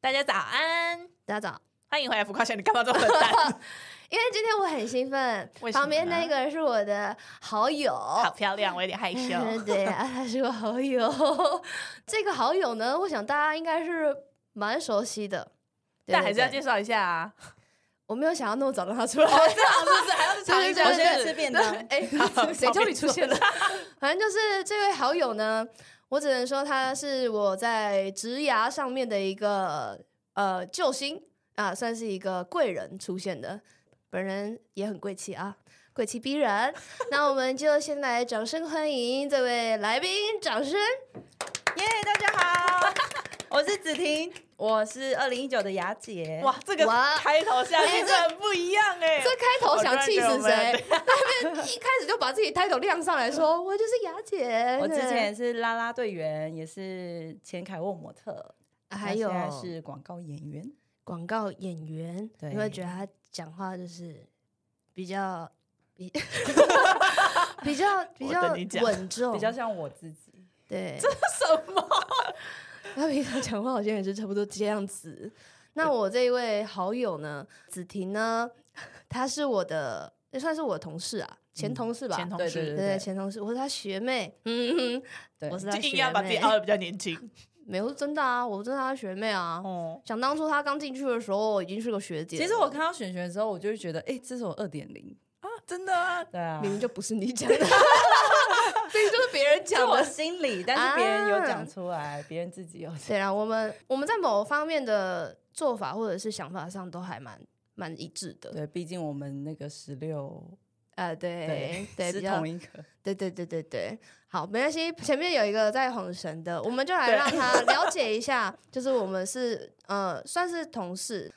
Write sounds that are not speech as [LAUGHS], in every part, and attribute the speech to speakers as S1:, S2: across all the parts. S1: 大家早安，
S2: 大家早，
S1: 欢迎回来浮夸秀。你干嘛这么冷淡？
S2: 因为今天我很兴奋
S1: [LAUGHS] 为，什么呢
S2: 旁边那个是我的好友，
S1: 好漂亮，我有点害羞。
S2: 哦 [LAUGHS] 对呀、他是我好友。 [LAUGHS] 这个好友呢，我想大家应该是蛮熟悉的，对
S1: 但还是要
S2: 对对
S1: 介绍一下啊，
S2: 我没有想要那么早让
S1: [LAUGHS]
S2: 他出来，
S1: 这样是不是还要尝一
S2: 对
S1: 下？
S2: 对对
S1: 是不
S3: 吃
S1: 是
S3: 便当，
S1: [LAUGHS]
S2: 哎，谁叫你出现了？反正就是这位好友呢，我只能说他是我在职涯上面的一个呃救星啊，算是一个贵人出现的。本人也很贵气啊，贵气逼
S3: [LAUGHS]
S2: 人。那我们就先来掌声欢迎这位来宾，掌声！
S3: 耶大家好， [LAUGHS] 我是子婷，我是二零一九的雅姐。
S1: 哇，这个
S2: 哇
S1: 开头下
S2: 哎
S1: 去真
S2: 这
S1: 的很不一样哎、
S2: [LAUGHS] 这开头想气死
S3: 哦
S1: 我突然觉
S2: 谁？那边一开始就把自己开头亮上来说，我就是雅姐。
S3: 我之前是啦啦队员，也是前凯沃模特，
S2: 啊还有
S3: 那现在是广告演员。
S2: 广告演员，
S3: 对
S2: 你会觉得他讲话就是
S1: [LAUGHS]
S2: 比较比比较比
S1: 我
S2: 较
S1: 等你讲
S2: 稳重，
S3: 比较像我自己，
S1: [LAUGHS]
S2: 对。
S1: 什么？
S2: 他平常讲话好像也是差不多这样子。那我这一位好友呢，子婷呢，她是我的也算是我的同事啊，前同事吧，
S1: 嗯前同
S3: 对
S1: 事
S3: 对
S2: 对
S3: 对
S2: 前同事，我是她学
S1: [LAUGHS]
S2: 妹，嗯，
S3: 对
S2: 我是
S1: 就
S2: [LAUGHS] 她
S1: 硬
S2: 学
S1: 要把自己
S2: 妹
S1: 凹，的比较年轻。
S2: 没有是真的啊，我真的她学妹啊。
S1: 哦，
S2: 想当初她刚进去的时候，我已经是个学姐了，
S3: 其实我看到选学的时候，我就会觉得，哎、这是我二点零。
S1: 真的啊，
S3: 对啊，
S2: 明明就不是你讲
S3: [LAUGHS]
S2: 的，这就是别人
S3: 是
S2: 讲
S3: 我
S2: 的。
S3: 心里，但是别人有讲出
S2: 啊
S3: 来，别、人自己有讲。
S2: 虽啊然我们我们在某方面的做法或者是想法上都还蛮蛮一致的，
S3: 对，毕竟我们那个十六，
S2: 呃，对对，
S3: [LAUGHS] 是
S2: 比较
S3: 同一个。
S2: 对对对对对，好，没关系。前面有一个在晃
S1: [LAUGHS]
S2: 神的，我们就来让他了解一下，就是我们是呃算是同事。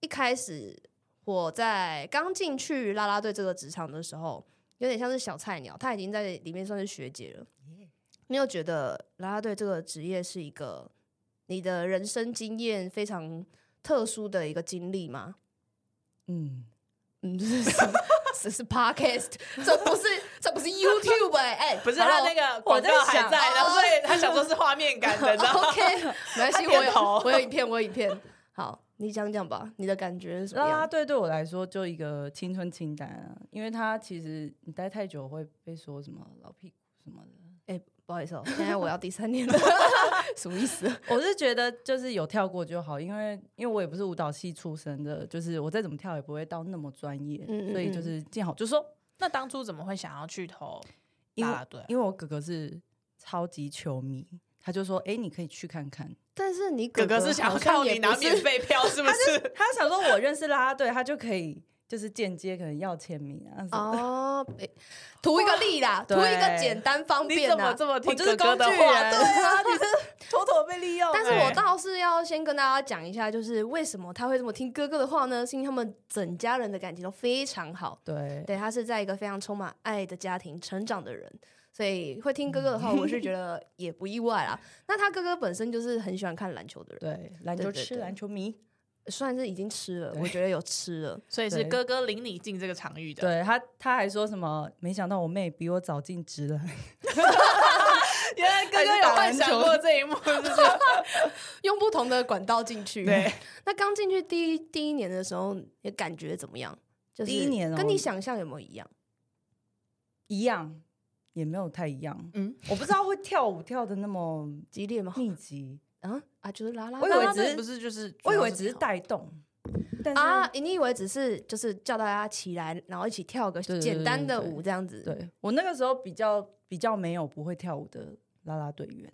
S2: 一开始我在刚进去啦啦队这个职场的时候，有点像是小菜鸟，他已经在里面算是学姐了。你有觉得啦啦队这个职业是一个你的人生经验非常特殊的一个经历吗？
S3: 嗯，
S2: 嗯， [LAUGHS] 这是什么这是 podcast，这不是这不是 YouTube 哎、哎，
S1: 不是他那个广告还
S3: 我在想
S1: 在，然后
S2: 哦
S1: 所以他想说是画面感的，你知道吗
S2: OK，没关系，
S1: 他
S2: 我
S1: 点
S2: 有
S1: 头
S2: 我有影片，我有影片。好，你讲讲吧，你的感觉是什么
S3: 啦啦
S2: 样？
S3: 队啊对我来说就一个青春清单啊，因为它其实你待太久会被说什么老屁股什么的。
S2: 哎、不好意思、哦， [LAUGHS] 现在我要第三年了，什么意思？
S3: 我是觉得就是有跳过就好，因为因为我也不是舞蹈系出身的，就是我再怎么跳也不会到那么专业，
S2: 嗯嗯
S3: 所以就是见好就收。
S1: 那当初怎么会想要去投
S3: 因
S1: 啦
S3: 为
S1: 啦队啊？
S3: 因为我哥哥是超级球迷，他就说：“哎、你可以去看看。
S2: 但是你
S1: 哥
S2: 哥
S1: 哥是想要
S2: 好像
S1: 靠
S2: 也
S1: 你拿
S2: 不是
S1: 免费票，是不 [LAUGHS] 是？”
S3: [LAUGHS] 他想说我认识啦啦队，他就可以就是间接可能要签名啊什么的。
S2: 哦，哎图一个利啦，图
S3: 对
S2: 一个简单方
S1: 你
S2: 便
S1: 怎么
S2: [LAUGHS] 啊。
S1: 这么
S3: 我
S1: 听
S3: 就是
S1: 哥
S3: 工
S1: 哥的
S3: 具人，
S1: 话？对
S3: [LAUGHS] 啊，你是妥妥被利用啊
S2: 但是
S1: 哎
S2: 我倒是要先跟大家讲一下，就是为什么他会这么听哥哥的话呢？是因为他们整家人的感情都非常好，
S3: 对，
S2: 对他是在一个非常充满爱的家庭成长的人，所以会听哥哥的话，我是觉得也不意外啦。那他哥哥本身就是很喜欢看篮球的人，
S3: 对，篮
S2: 对
S3: 球
S2: 对
S3: 痴，
S2: 对
S3: 篮球迷。
S2: 算是已经吃了，
S3: 对
S2: 我觉得有吃了。
S1: 所以是
S3: 对
S1: 哥哥领你进这个场域的。
S3: 对他，他还说什么？没想到我妹比我早进职了。
S1: 原来哥
S3: 还
S1: 哥
S3: 是
S1: 有
S3: 打
S1: 幻
S3: 篮
S1: 想
S3: 球
S1: 过这一幕，是不是？
S2: 用不同的管道进去。
S1: 对，
S2: 那刚进去第一第一年的时候，你感觉怎么样？就是
S3: 第一年哦
S2: 跟你想象有没有一样？
S3: 一样，也没有太一样。
S1: 嗯
S3: 嗯，我不知道会跳舞跳的那么
S2: 激烈吗？
S3: 密集，
S2: 啊啊，就是拉拉
S3: 我以为
S1: 那
S3: 只是
S1: 那不是就是，
S2: 哦
S3: 我以为只是带动，但是、
S2: 啊，你以为只是就是叫大家起来，然后一起跳个
S3: 对对对
S2: 简单的
S3: 对对
S2: 舞这样子？
S3: 对我那个时候比较比较没有不会跳舞的啦啦队员，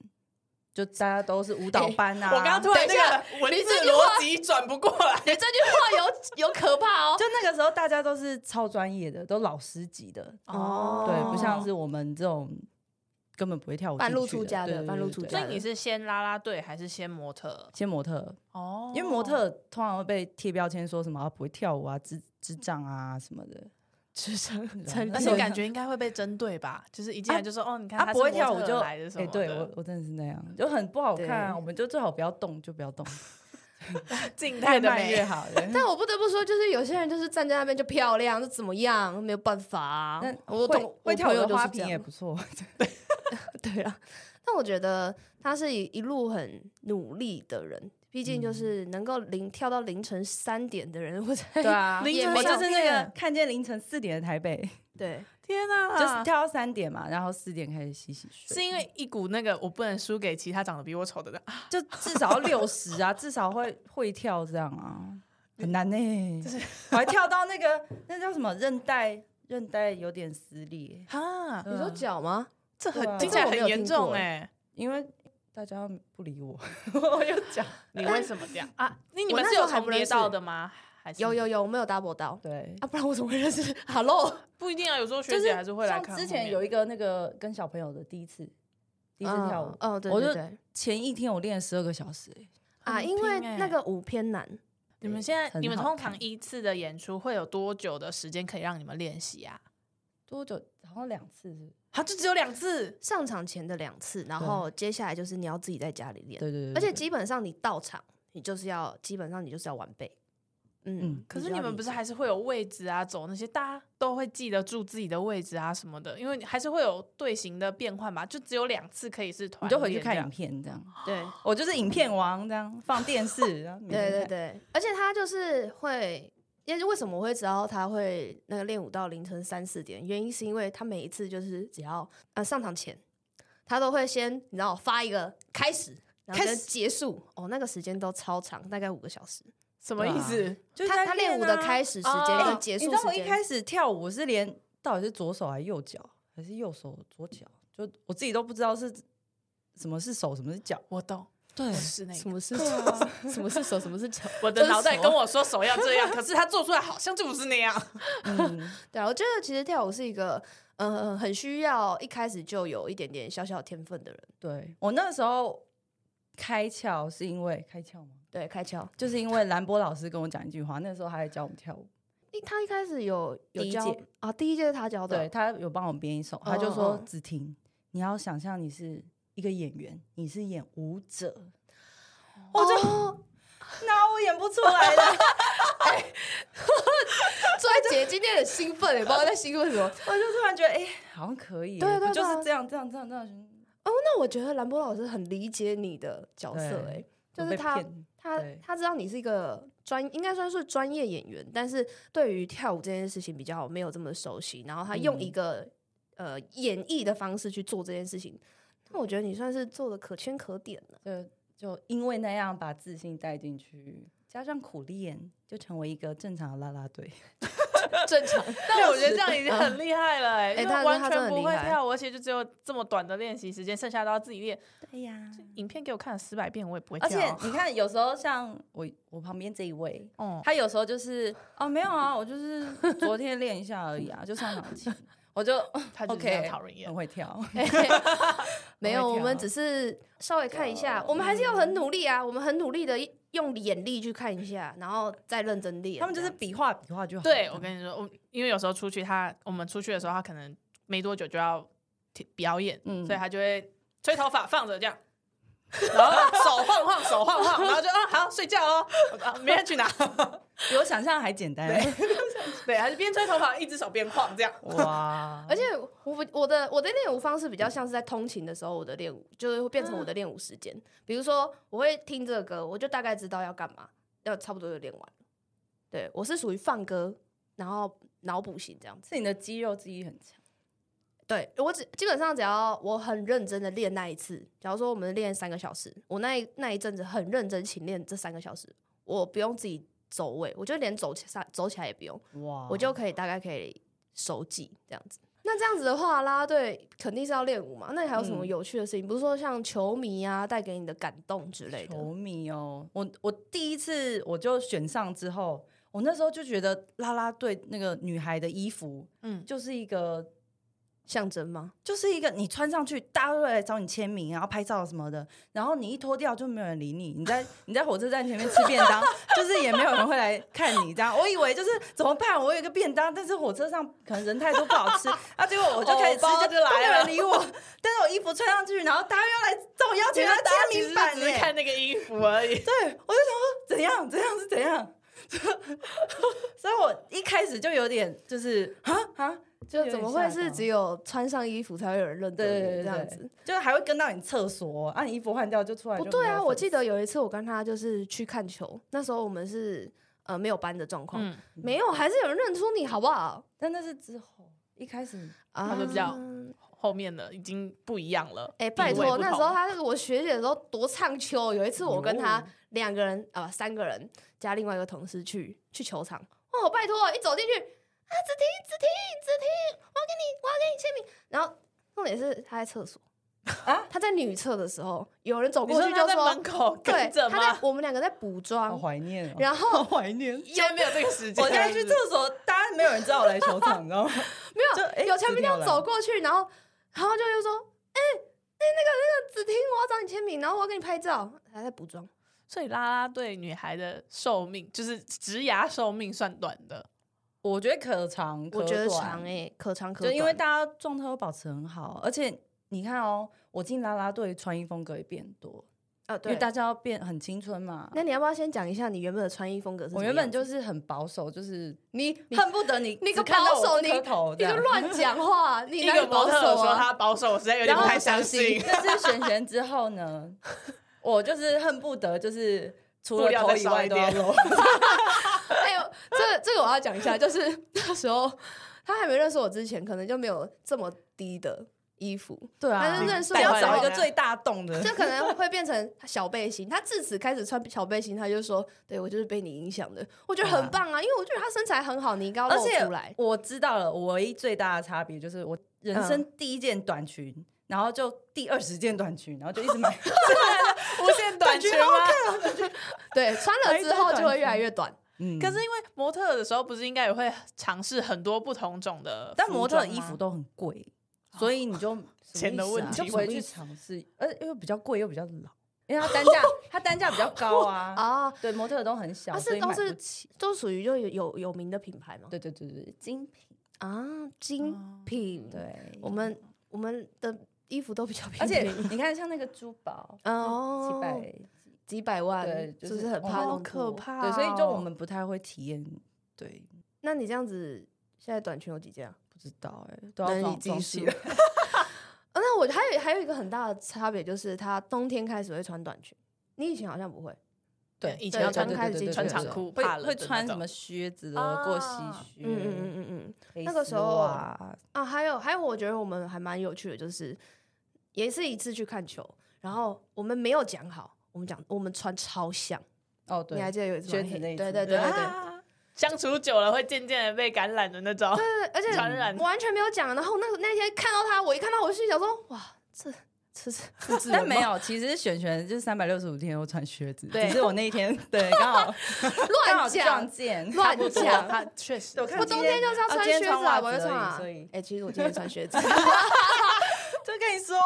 S3: 就大家都是舞蹈班啊。
S1: 我刚刚突然
S2: 等一下
S1: 那个文
S2: 你
S1: 字
S2: 这句话
S1: 逻辑转不过来。
S2: 你这句话有有可怕哦。
S3: 就那个时候大家都是超专业的，都老师级的，
S1: [LAUGHS]
S2: 哦
S3: 对，不像是我们这种根本不会跳舞进去的，
S2: 半路出家的
S3: 对对对
S2: 半路出
S3: 对
S1: 所
S2: 家
S1: 以
S2: 的
S1: 你是先拉拉队还是先模特？
S3: 先模特，
S1: 哦
S3: 因为模特通常会被贴标签说什么、啊、不会跳舞啊、智智障啊什么的。
S2: 智商
S3: 成
S1: 而
S3: 那时
S1: 且
S3: 候
S1: 感觉应该会被针对吧？就是一进来就说、哦，你看
S3: 他
S1: 他
S3: 啊不会跳舞
S1: 是模
S3: 就哎
S1: 特来的什么的
S3: 对我我真的是那样，就很不好看啊、
S2: 对
S3: 我们就最好不要动，就不要动，
S1: 静态
S3: 越
S1: 的
S3: 慢越
S1: 美。
S3: 好。对
S2: 但我不得不说，就是有些人就是站在那边就漂亮，就怎么样，没有办法啊、
S3: 那
S2: 我
S3: 会
S2: 懂，
S3: 会
S2: 我
S3: 跳
S2: 朋
S3: 舞
S2: 友
S3: 的
S2: 就
S3: 花
S2: 是这
S3: 瓶也
S2: 样。
S3: 不错。
S2: 对啊，但我觉得他是一一路很努力的人，毕竟
S3: 嗯
S2: 就是能够凌跳到凌晨三点的人，我才
S3: 对啊，
S1: 凌
S2: 也
S1: 晨
S2: 没
S3: [LAUGHS] 我
S2: 有
S3: 就是那
S1: 上
S3: 个
S1: 面
S3: 看见凌晨四点的台北，
S2: 对
S1: 天哪、
S3: 就是跳到三点嘛，然后四点开始洗洗睡，
S1: 啊是因为一股那个我不能输给其他长得比我丑的人，啊
S3: 就至少要六十啊，至少会会跳这样啊，很难呢、
S1: 就是
S3: 我还跳到那个那叫什么韧带，韧带有点撕裂，
S1: 哈，
S2: 你说
S3: 嗯
S2: 脚吗？
S1: 这
S3: 对
S1: 很
S3: 啊
S1: 听起来很严
S2: 这我
S1: 重
S2: 没有
S1: 哎、
S3: 因为大家不理我，我又讲
S1: 你为什么这样啊？你你
S2: 我
S1: 们
S2: 那
S1: 是
S2: 时候
S1: 有
S2: 还不
S1: 重叠
S2: 认识
S1: 到的吗？还是
S2: 有有有，我没有 double 到
S3: 对。
S2: 啊，不然我怎么会认识？Hello，
S3: [LAUGHS]
S1: 不一定啊，有时候
S3: 就
S1: 学姐还是会来
S3: 像
S1: 看后面。
S3: 之前有一个那个跟小朋友的第一次，第一次跳舞，
S2: 哦，哦对
S3: 我
S2: 对
S3: 就
S2: 对
S3: 嗯前一天我练了十二个小时、欸，
S2: 啊，
S1: 很
S2: 因为
S1: 拼欸
S2: 那个舞偏难，
S1: 你们现在
S3: 很
S1: 你们
S3: 好
S1: 通常
S3: 看
S1: 一次的演出会有多久的时间可以让你们练习啊？
S3: 多久？好像两次是不是
S1: 啊，就只有两次，
S2: 上场前的两次，然后接下来就是你要自己在家里练，
S3: 对对对，
S2: 而且
S3: 对
S2: 基本上你到场，你就是要基本上你就是要完备。嗯
S3: 嗯，
S1: 可
S2: 就是要
S1: 你们
S2: 理
S1: 不是
S2: 解
S1: 还是会有位置啊，走那些大家都会记得住自己的位置啊什么的，因为你还是会有队形的变换吧，就只有两次可以是团，
S3: 你就回去看影。片这样。
S2: 对
S3: 我就是影片王，这样放电视，然后每
S2: 对
S3: 天
S2: 对
S3: 看
S2: 对，而且他就是会，因为为什么我会知道他会那个练舞到凌晨三四点，原因是因为他每一次就是只要呃上场前，他都会先你知道发一个开始，然后
S1: 开
S2: 跟
S1: 始
S2: 结束，哦，那个时间都超长，大概五个小时。
S1: 什么意思？
S3: 就是
S2: 他
S3: 在
S2: 他练舞的
S3: 啊
S2: 开始时
S1: 哦
S2: 间
S1: 哎
S2: 跟结
S3: 你
S2: 束
S3: 知道
S2: 时
S3: 我一
S2: 间，
S3: 开始跳舞是连到底是左手还是右脚，还是右手左脚，就我自己都不知道是什么是手，什么是脚。
S1: 我懂，
S3: 对啊
S1: 是那
S2: 什
S1: 个。
S2: 么是手，什么是手，什么是脚。
S1: 我的脑袋跟我说手要这样， [LAUGHS] 可是他做出来好像就不是那样。
S3: 嗯，
S2: 对啊，我觉得其实跳舞是一个，呃，很需要一开始就有一点点小小天分的人。
S3: 对我那时候开窍是因为开窍吗？
S2: 对，开窍。
S3: 就是因为兰波老师跟我讲一句话，那时候他在教我们跳舞，
S2: 一他一开始有有
S3: 第一
S2: 教
S3: 届
S2: 啊，第一届是他教的
S3: 对
S2: 哦，
S3: 他有帮我嗯编一首，他就说
S2: 哦：“
S3: 子婷，你要想象你是一个演员，你是演舞者。”我就
S2: 哦，
S3: 那我演不出来的，
S2: 所以姐今天很兴奋，欸也不知道在兴奋什么。
S3: 我就突然觉得，哎、好像可以耶，
S2: 对对
S3: 不
S2: 对
S3: 就
S2: 啊
S3: 是这样，这样，这样，这样。
S2: [LAUGHS] 那我觉得兰波老师很理解你的角色，哎
S3: 对，
S2: 就
S3: 我
S2: 是
S3: 被
S2: 他
S3: 骗
S2: 他
S3: 对
S2: 他知道你是一个专，应该算是专业演员，但是对于跳舞这件事情比较没有这么熟悉，然后他用一
S3: 嗯
S2: 个、呃演绎的方式去做这件事情。那我觉得你算是做的可圈可点了。
S3: 就就因为那样把自信带进去，加上苦练，就成为一个正常的啦啦队。 [LAUGHS]
S2: 正常，
S1: [LAUGHS] 但我觉得这样已经很厉害了、哎、
S2: 哎
S1: 因
S2: 他
S1: 为完
S2: 他真
S1: 全
S2: 的很
S1: 不
S2: 厉
S1: 会
S2: 害
S1: 跳舞，而且就只有这么短的练习时间，剩下都要自己练。
S3: 对呀，
S1: 影片给我看了十百遍，我也不会
S3: 而
S1: 跳。啊
S3: [LAUGHS] 且你看，有时候像我我旁边这一位，
S1: 哦，
S3: 他有时候就是哦没有啊，我就是昨天练一下而已啊，就上场前我就
S1: 他就是这
S3: OK，
S1: 样讨人厌
S3: 很。会跳。 [LAUGHS]
S2: 没有，
S3: 我会
S1: 啊
S2: 我
S3: 跳
S2: 们只是稍微看一下，我们还是要很努力啊，我们很努力的用眼力去看一下，然后再认真练。
S3: 他们就是
S2: 这样
S3: 比划比划就好。
S1: 对，我跟你说，我因为有时候出去他，我们出去的时候，他可能没多久就要提表演，
S3: 嗯
S1: 所以他就会吹头发放着这样，然后手晃晃手晃晃，然后就啊好睡觉哦，我说啊明天去拿。
S3: 比我想象还简单。 [LAUGHS]
S1: 对，还是边吹头发一只手边晃这样。
S3: 哇！
S2: 而且我不我的我的练舞方式比较像是在通勤的时候，我的练舞就是会变成我的练舞时间。比如说，我会听这个歌，我就大概知道要干嘛，要差不多就练完了。对我是属于放歌，然后脑补型这样子。
S3: 是你的肌肉记忆很强。
S2: 对我只基本上只要我很认真的练那一次，假如说我们练三个小时，我那一那一阵子很认真勤练这三个小时，我不用自己走位，我就连走起上走起来也不用，
S3: 哇
S2: 我就可以大概可以熟记这样子。那这样子的话，啦啦队肯定是要练舞嘛。那你还有什么
S3: 嗯
S2: 有趣的事情？比如说像球迷啊带给你的感动之类的。
S3: 球迷哦，我我第一次我就选上之后，我那时候就觉得啦啦队那个女孩的衣服
S1: 嗯，
S3: 就是一个。
S2: 象征吗？
S3: 就是一个你穿上去，大家都会来找你签名，然后拍照什么的。然后你一脱掉，就没有人理你。你在你在火车站前面吃便当， [LAUGHS] 就是也没有人会来看你。这样，我以为就是怎么办？我有一个便当，但是火车上可能人太多不好吃啊。结果我就开始吃，
S1: [LAUGHS] 偶包就来
S3: 都没有
S1: 了
S3: 人理我。但是我衣服穿上去，然后大家又来找我邀
S1: 其
S3: 请
S1: 实
S3: 他
S1: 大家
S3: 签
S1: 其
S3: 名
S1: 实
S3: 版欸
S1: 只是
S3: 耶
S1: 看那个衣服而已。
S3: 对，我就想说怎样怎样是怎样， [LAUGHS] 所以我一开始就有点就是啊啊，
S2: 就怎么会是只
S3: 只有
S2: 有穿上衣服才会有人认得
S3: 对对
S2: 你
S3: 对
S2: 这样
S3: 对
S2: 子？
S3: 就是还会跟到你厕所啊，你衣服换掉就出来就
S2: 不
S3: 没有
S2: 对啊！我记
S3: 粉
S2: 得有一次我跟他就是去看球，那时候我们是呃没有班的状况，
S1: 嗯，
S2: 没有还是有人认出你好不好？
S3: 丝，但那是之后一开始
S2: 啊
S1: 们比较后面的已经不一样 [LAUGHS] 了。
S2: 哎、拜
S1: 地位
S2: 托，
S1: 不
S2: 那时
S1: 同
S2: 候他是我学姐的时候多唱秋。有一次我跟他
S3: 哟
S2: 两个人啊、不三个人加另外一个同事去去球场，哦，拜托，一走进去啊，子婷，子婷，子婷，我要给你，我要给你签名。然后重点是他在厕所
S3: 啊，
S2: 他在女厕的时候，有人走
S1: 你
S2: 过
S1: 说
S2: 去
S1: 他
S2: 就
S1: 在
S2: 说
S1: 门，口
S2: 对
S1: 跟着，
S2: 他在
S1: 吗？
S2: 我们两个在补
S3: 好
S2: 妆，
S3: 怀念哦，
S2: 然
S3: 好
S2: 后
S3: 怀念。
S1: 现在没有这个时间，
S3: 我现在去厕所，大家没有人知道我来球场，你知道吗？ [LAUGHS]
S2: 没有
S3: 就哎
S2: 有前面这样
S3: 子婷有来
S2: 走过去，然后然后就又说，哎、哎、那个那个子婷，我要找你签名，然后我要给你拍照，还在补妆。
S1: 所以啦啦队女孩的寿命就是职涯寿命算短的，
S3: 我觉得可长，
S2: 我觉得
S3: 可短
S2: 长哎、可长可
S3: 就
S2: 短。
S3: 因为大家状态都保持很好，而且你看哦，我进啦啦队穿衣风格也变多，
S2: 啊，
S3: 因
S2: 对
S3: 为，大家要变很青春嘛。
S2: 那你要不要先讲一下你原本的穿衣风格是什么
S3: 我
S2: 样
S3: 原
S2: 子？
S3: 本就是很保守，就是
S2: 你你
S3: 恨不得你
S2: 你
S3: 只
S2: 个
S3: 看到
S2: 保守，
S3: 我
S2: 你
S3: 这颗头
S2: 你
S3: 这
S2: 就
S3: 样。
S2: 乱讲话，你
S1: 一
S2: 哪里
S1: 个模
S2: 保
S1: 特
S2: 守
S1: 儿说
S2: 啊？
S1: 她保守，我实在有点
S3: 然
S1: 不
S3: 后
S1: 太
S3: 我
S1: 相信。
S3: 但是璇璇之
S2: [LAUGHS]
S3: 后呢，我就是恨不得就是除
S1: 布
S3: 了
S1: 料
S3: 头
S1: 再
S3: 以
S1: 少
S3: 外
S1: 一
S3: 都要
S1: 点
S2: [LAUGHS]
S3: 露。
S2: 哎呦，这这个我要讲一下，就是 [LAUGHS] 那时候他还没认识我之前，可能就没有这么低的衣服，
S3: 对啊，
S2: 但是认识
S3: 但
S1: 我
S3: 要
S1: 之
S3: 找一
S1: 后
S3: 个
S1: 呢
S3: 最大
S2: [LAUGHS]
S3: 洞的。
S2: 就可能会变成小背心。他自此开始穿小背心，他就说：“对我就是被你影响的。”我觉得很棒啊，因为我觉得他身材很好，你应该要
S3: 而
S2: 露
S3: 且
S2: 出来。
S3: 我知道了，我唯一最大的差别就是我人生第一件短裙，然后就第二十件短裙，然后就一直 [LAUGHS] 买
S1: 无限短裙
S2: 哦
S1: 吗？
S2: [LAUGHS] 对，穿了之后就会越来越短。
S3: 嗯，
S1: 可是因为模特儿的时候，不是应该也会尝试很多不同种的服装吗，
S3: 但模特衣服都很贵，所以你就
S1: 钱的问
S3: 你
S1: 题
S3: 啊就
S1: 吗
S3: 不会去尝试，而且又比较贵又比较老，因为它单 [LAUGHS] 价它单价比较高啊。
S2: 啊，
S3: 对，模啊特都很小，
S2: 它
S3: 所
S2: 是
S3: 以买
S2: 都
S3: 不
S2: 是
S3: 起。
S2: 都属于就有有有名的品牌嘛？
S3: 对对对对，精品
S2: 啊，精品。，
S3: 哦对，
S2: 我们我们的衣服都比较便宜，
S3: 而且你看像那个珠宝，
S2: 哦，
S3: 几百
S2: 几百万，
S3: 对就是
S2: 不是很怕
S3: 哦
S1: 好
S2: 弄破
S1: 可。怕哦。
S3: 对，所以就我们不太会体验，对，
S2: 那你这样子，现在短裙有几件啊？
S3: 不知道哎、欸，都
S2: 那
S3: 要
S2: 你
S3: 装
S2: 自己
S3: 装饰
S2: 数。啊，那我还有还有一个很大的差别就是，他冬天开始会穿短裙，你以前好像不会。 [LAUGHS]
S3: 对，
S1: 以前要穿
S3: 对
S2: 开
S3: 对
S2: 始
S3: 对对对
S2: 穿
S3: 对
S2: 长
S3: 对
S1: 裤
S3: 会
S1: 怕冷
S3: 会
S1: 的那
S3: 穿什
S1: 种
S3: 么靴子
S1: 啊
S3: 的过膝靴，
S2: 嗯嗯嗯嗯嗯
S3: 黑
S2: 那个时
S3: 丝
S2: 候
S3: 袜
S2: 啊，还有还有，我觉得我们还蛮有趣的，就是也是一次去看球，然后我们没有讲好，我们讲我们穿超像，
S3: 哦
S2: 你还
S3: 对，
S2: 记得有一次
S3: 靴
S2: 吗
S3: 子
S2: 嘿
S3: 那一
S2: 对
S3: 次
S2: 对对对对。
S1: 啊相处久了会渐渐的被感染的那种，
S2: 对而且
S1: 传染
S2: 完全没有讲。然后那那天看到他，我一看到我心想说，哇，这这是复制人吗
S3: 但没有，其实选选就是三百六十五天都穿靴子，
S1: 对
S3: 只是我那
S2: [LAUGHS]
S3: 一天对刚好 [LAUGHS] 刚好
S2: 乱
S3: 撞
S2: 讲
S3: 见，
S2: 乱
S1: 不多
S2: 讲。
S1: [LAUGHS] 他确实
S3: 对我看
S2: 我冬天就是要
S3: 啊
S2: 穿
S3: 今
S2: 靴
S3: 天
S2: 子
S3: 穿
S2: 啊，
S3: 袜
S2: 我就
S3: 子
S2: 穿
S3: 而已
S2: 啊 [LAUGHS]
S3: 所以。
S2: 哎，其实我今天穿靴子，
S3: 就跟 [LAUGHS] 你说，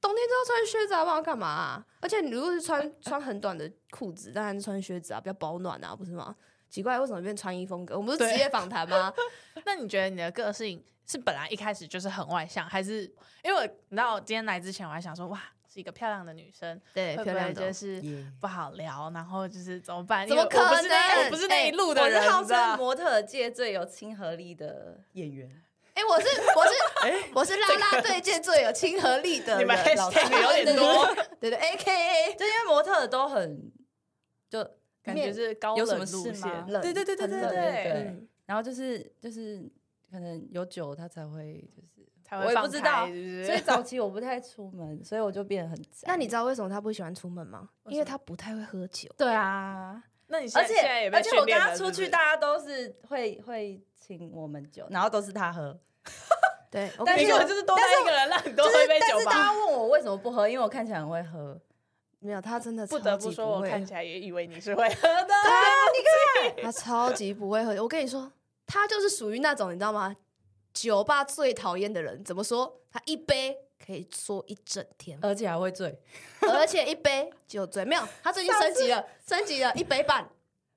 S2: 冬天就要穿靴子啊，不然要干嘛啊？而且你如果是穿穿很短的裤子，当然是穿靴子啊，比较保暖啊，不是吗？奇怪，为什么变穿衣风格？我们不是
S1: 对
S2: 职业访谈吗？
S1: 那你觉得你的个性是本来一开始就是很外向，还是因为我你知道我今天来之前我还想说，哇，是一个漂亮的女生， [LAUGHS]
S2: 对，
S1: 会
S2: 漂
S1: 不
S2: 亮
S1: 会
S2: 的
S1: 就
S2: 哦。
S1: 是
S3: 耶
S1: 不好聊，然后就是怎么办？
S2: 怎么
S1: 因为我不是那
S2: 可能
S1: 我不是那一路的
S3: 哎我
S1: 人，
S3: 是号
S1: 你知道
S3: 称模特界最有亲和力的演员，
S2: 哎，我是我是
S1: [LAUGHS]
S2: 我是啦啦队界最有亲和力的
S1: 哎你
S2: 人，
S1: 们 hashtag 有点多，
S2: 对对
S1: [LAUGHS]
S2: ，A K A
S3: 就因为模特都很就
S1: 感觉是高
S3: 有什
S1: 冷
S3: 么事
S1: 路
S3: 吗
S1: 线，
S2: 冷
S1: 对对对对
S3: 很
S1: 对
S3: 冷对
S1: 对，
S2: 嗯
S3: 然后就是就是可能有酒他才会就是，
S1: 才
S3: 我
S1: 会
S3: 也
S1: 放
S3: 不知
S1: 开
S3: 道
S1: 是不是
S3: 所以早期我不太出门，所以我就变得很宅。
S2: 那你知道为什么他不喜欢出门吗？
S1: 为
S2: 因为
S1: 什么
S2: 他不太会喝酒。
S3: 对啊，
S1: 那你现
S3: 而
S1: 在
S3: 且
S1: 现在也被
S3: 而且我
S1: 训
S3: 跟
S1: 练
S3: 他
S1: 了，
S3: 出去，
S1: 大
S3: 大家都是会会请我们酒，然后都是他喝。
S2: 对，我
S3: 但
S2: 跟
S1: 你
S2: 你
S1: 根
S2: 说
S1: 本就是多带一个人，让你都
S3: 就
S1: 会
S3: 是
S1: 被
S3: 但
S1: 酒
S3: 是大
S1: 吧。
S3: 家问我为什么不喝，因为我看起来很会喝。
S2: 没有，他真的
S1: 不
S2: 超
S1: 得
S2: 级
S1: 不说，我
S2: 会
S1: 看起来也以为你是
S3: [LAUGHS]，
S1: 会喝的。
S2: 他超级不会喝酒。我跟你说，他就是属于那种你知道吗？酒吧最讨厌的人。怎么说？他一杯可以说一整天
S3: 而且还会醉。
S2: 而且一杯酒醉没有。他最近升级了，升级了一杯半。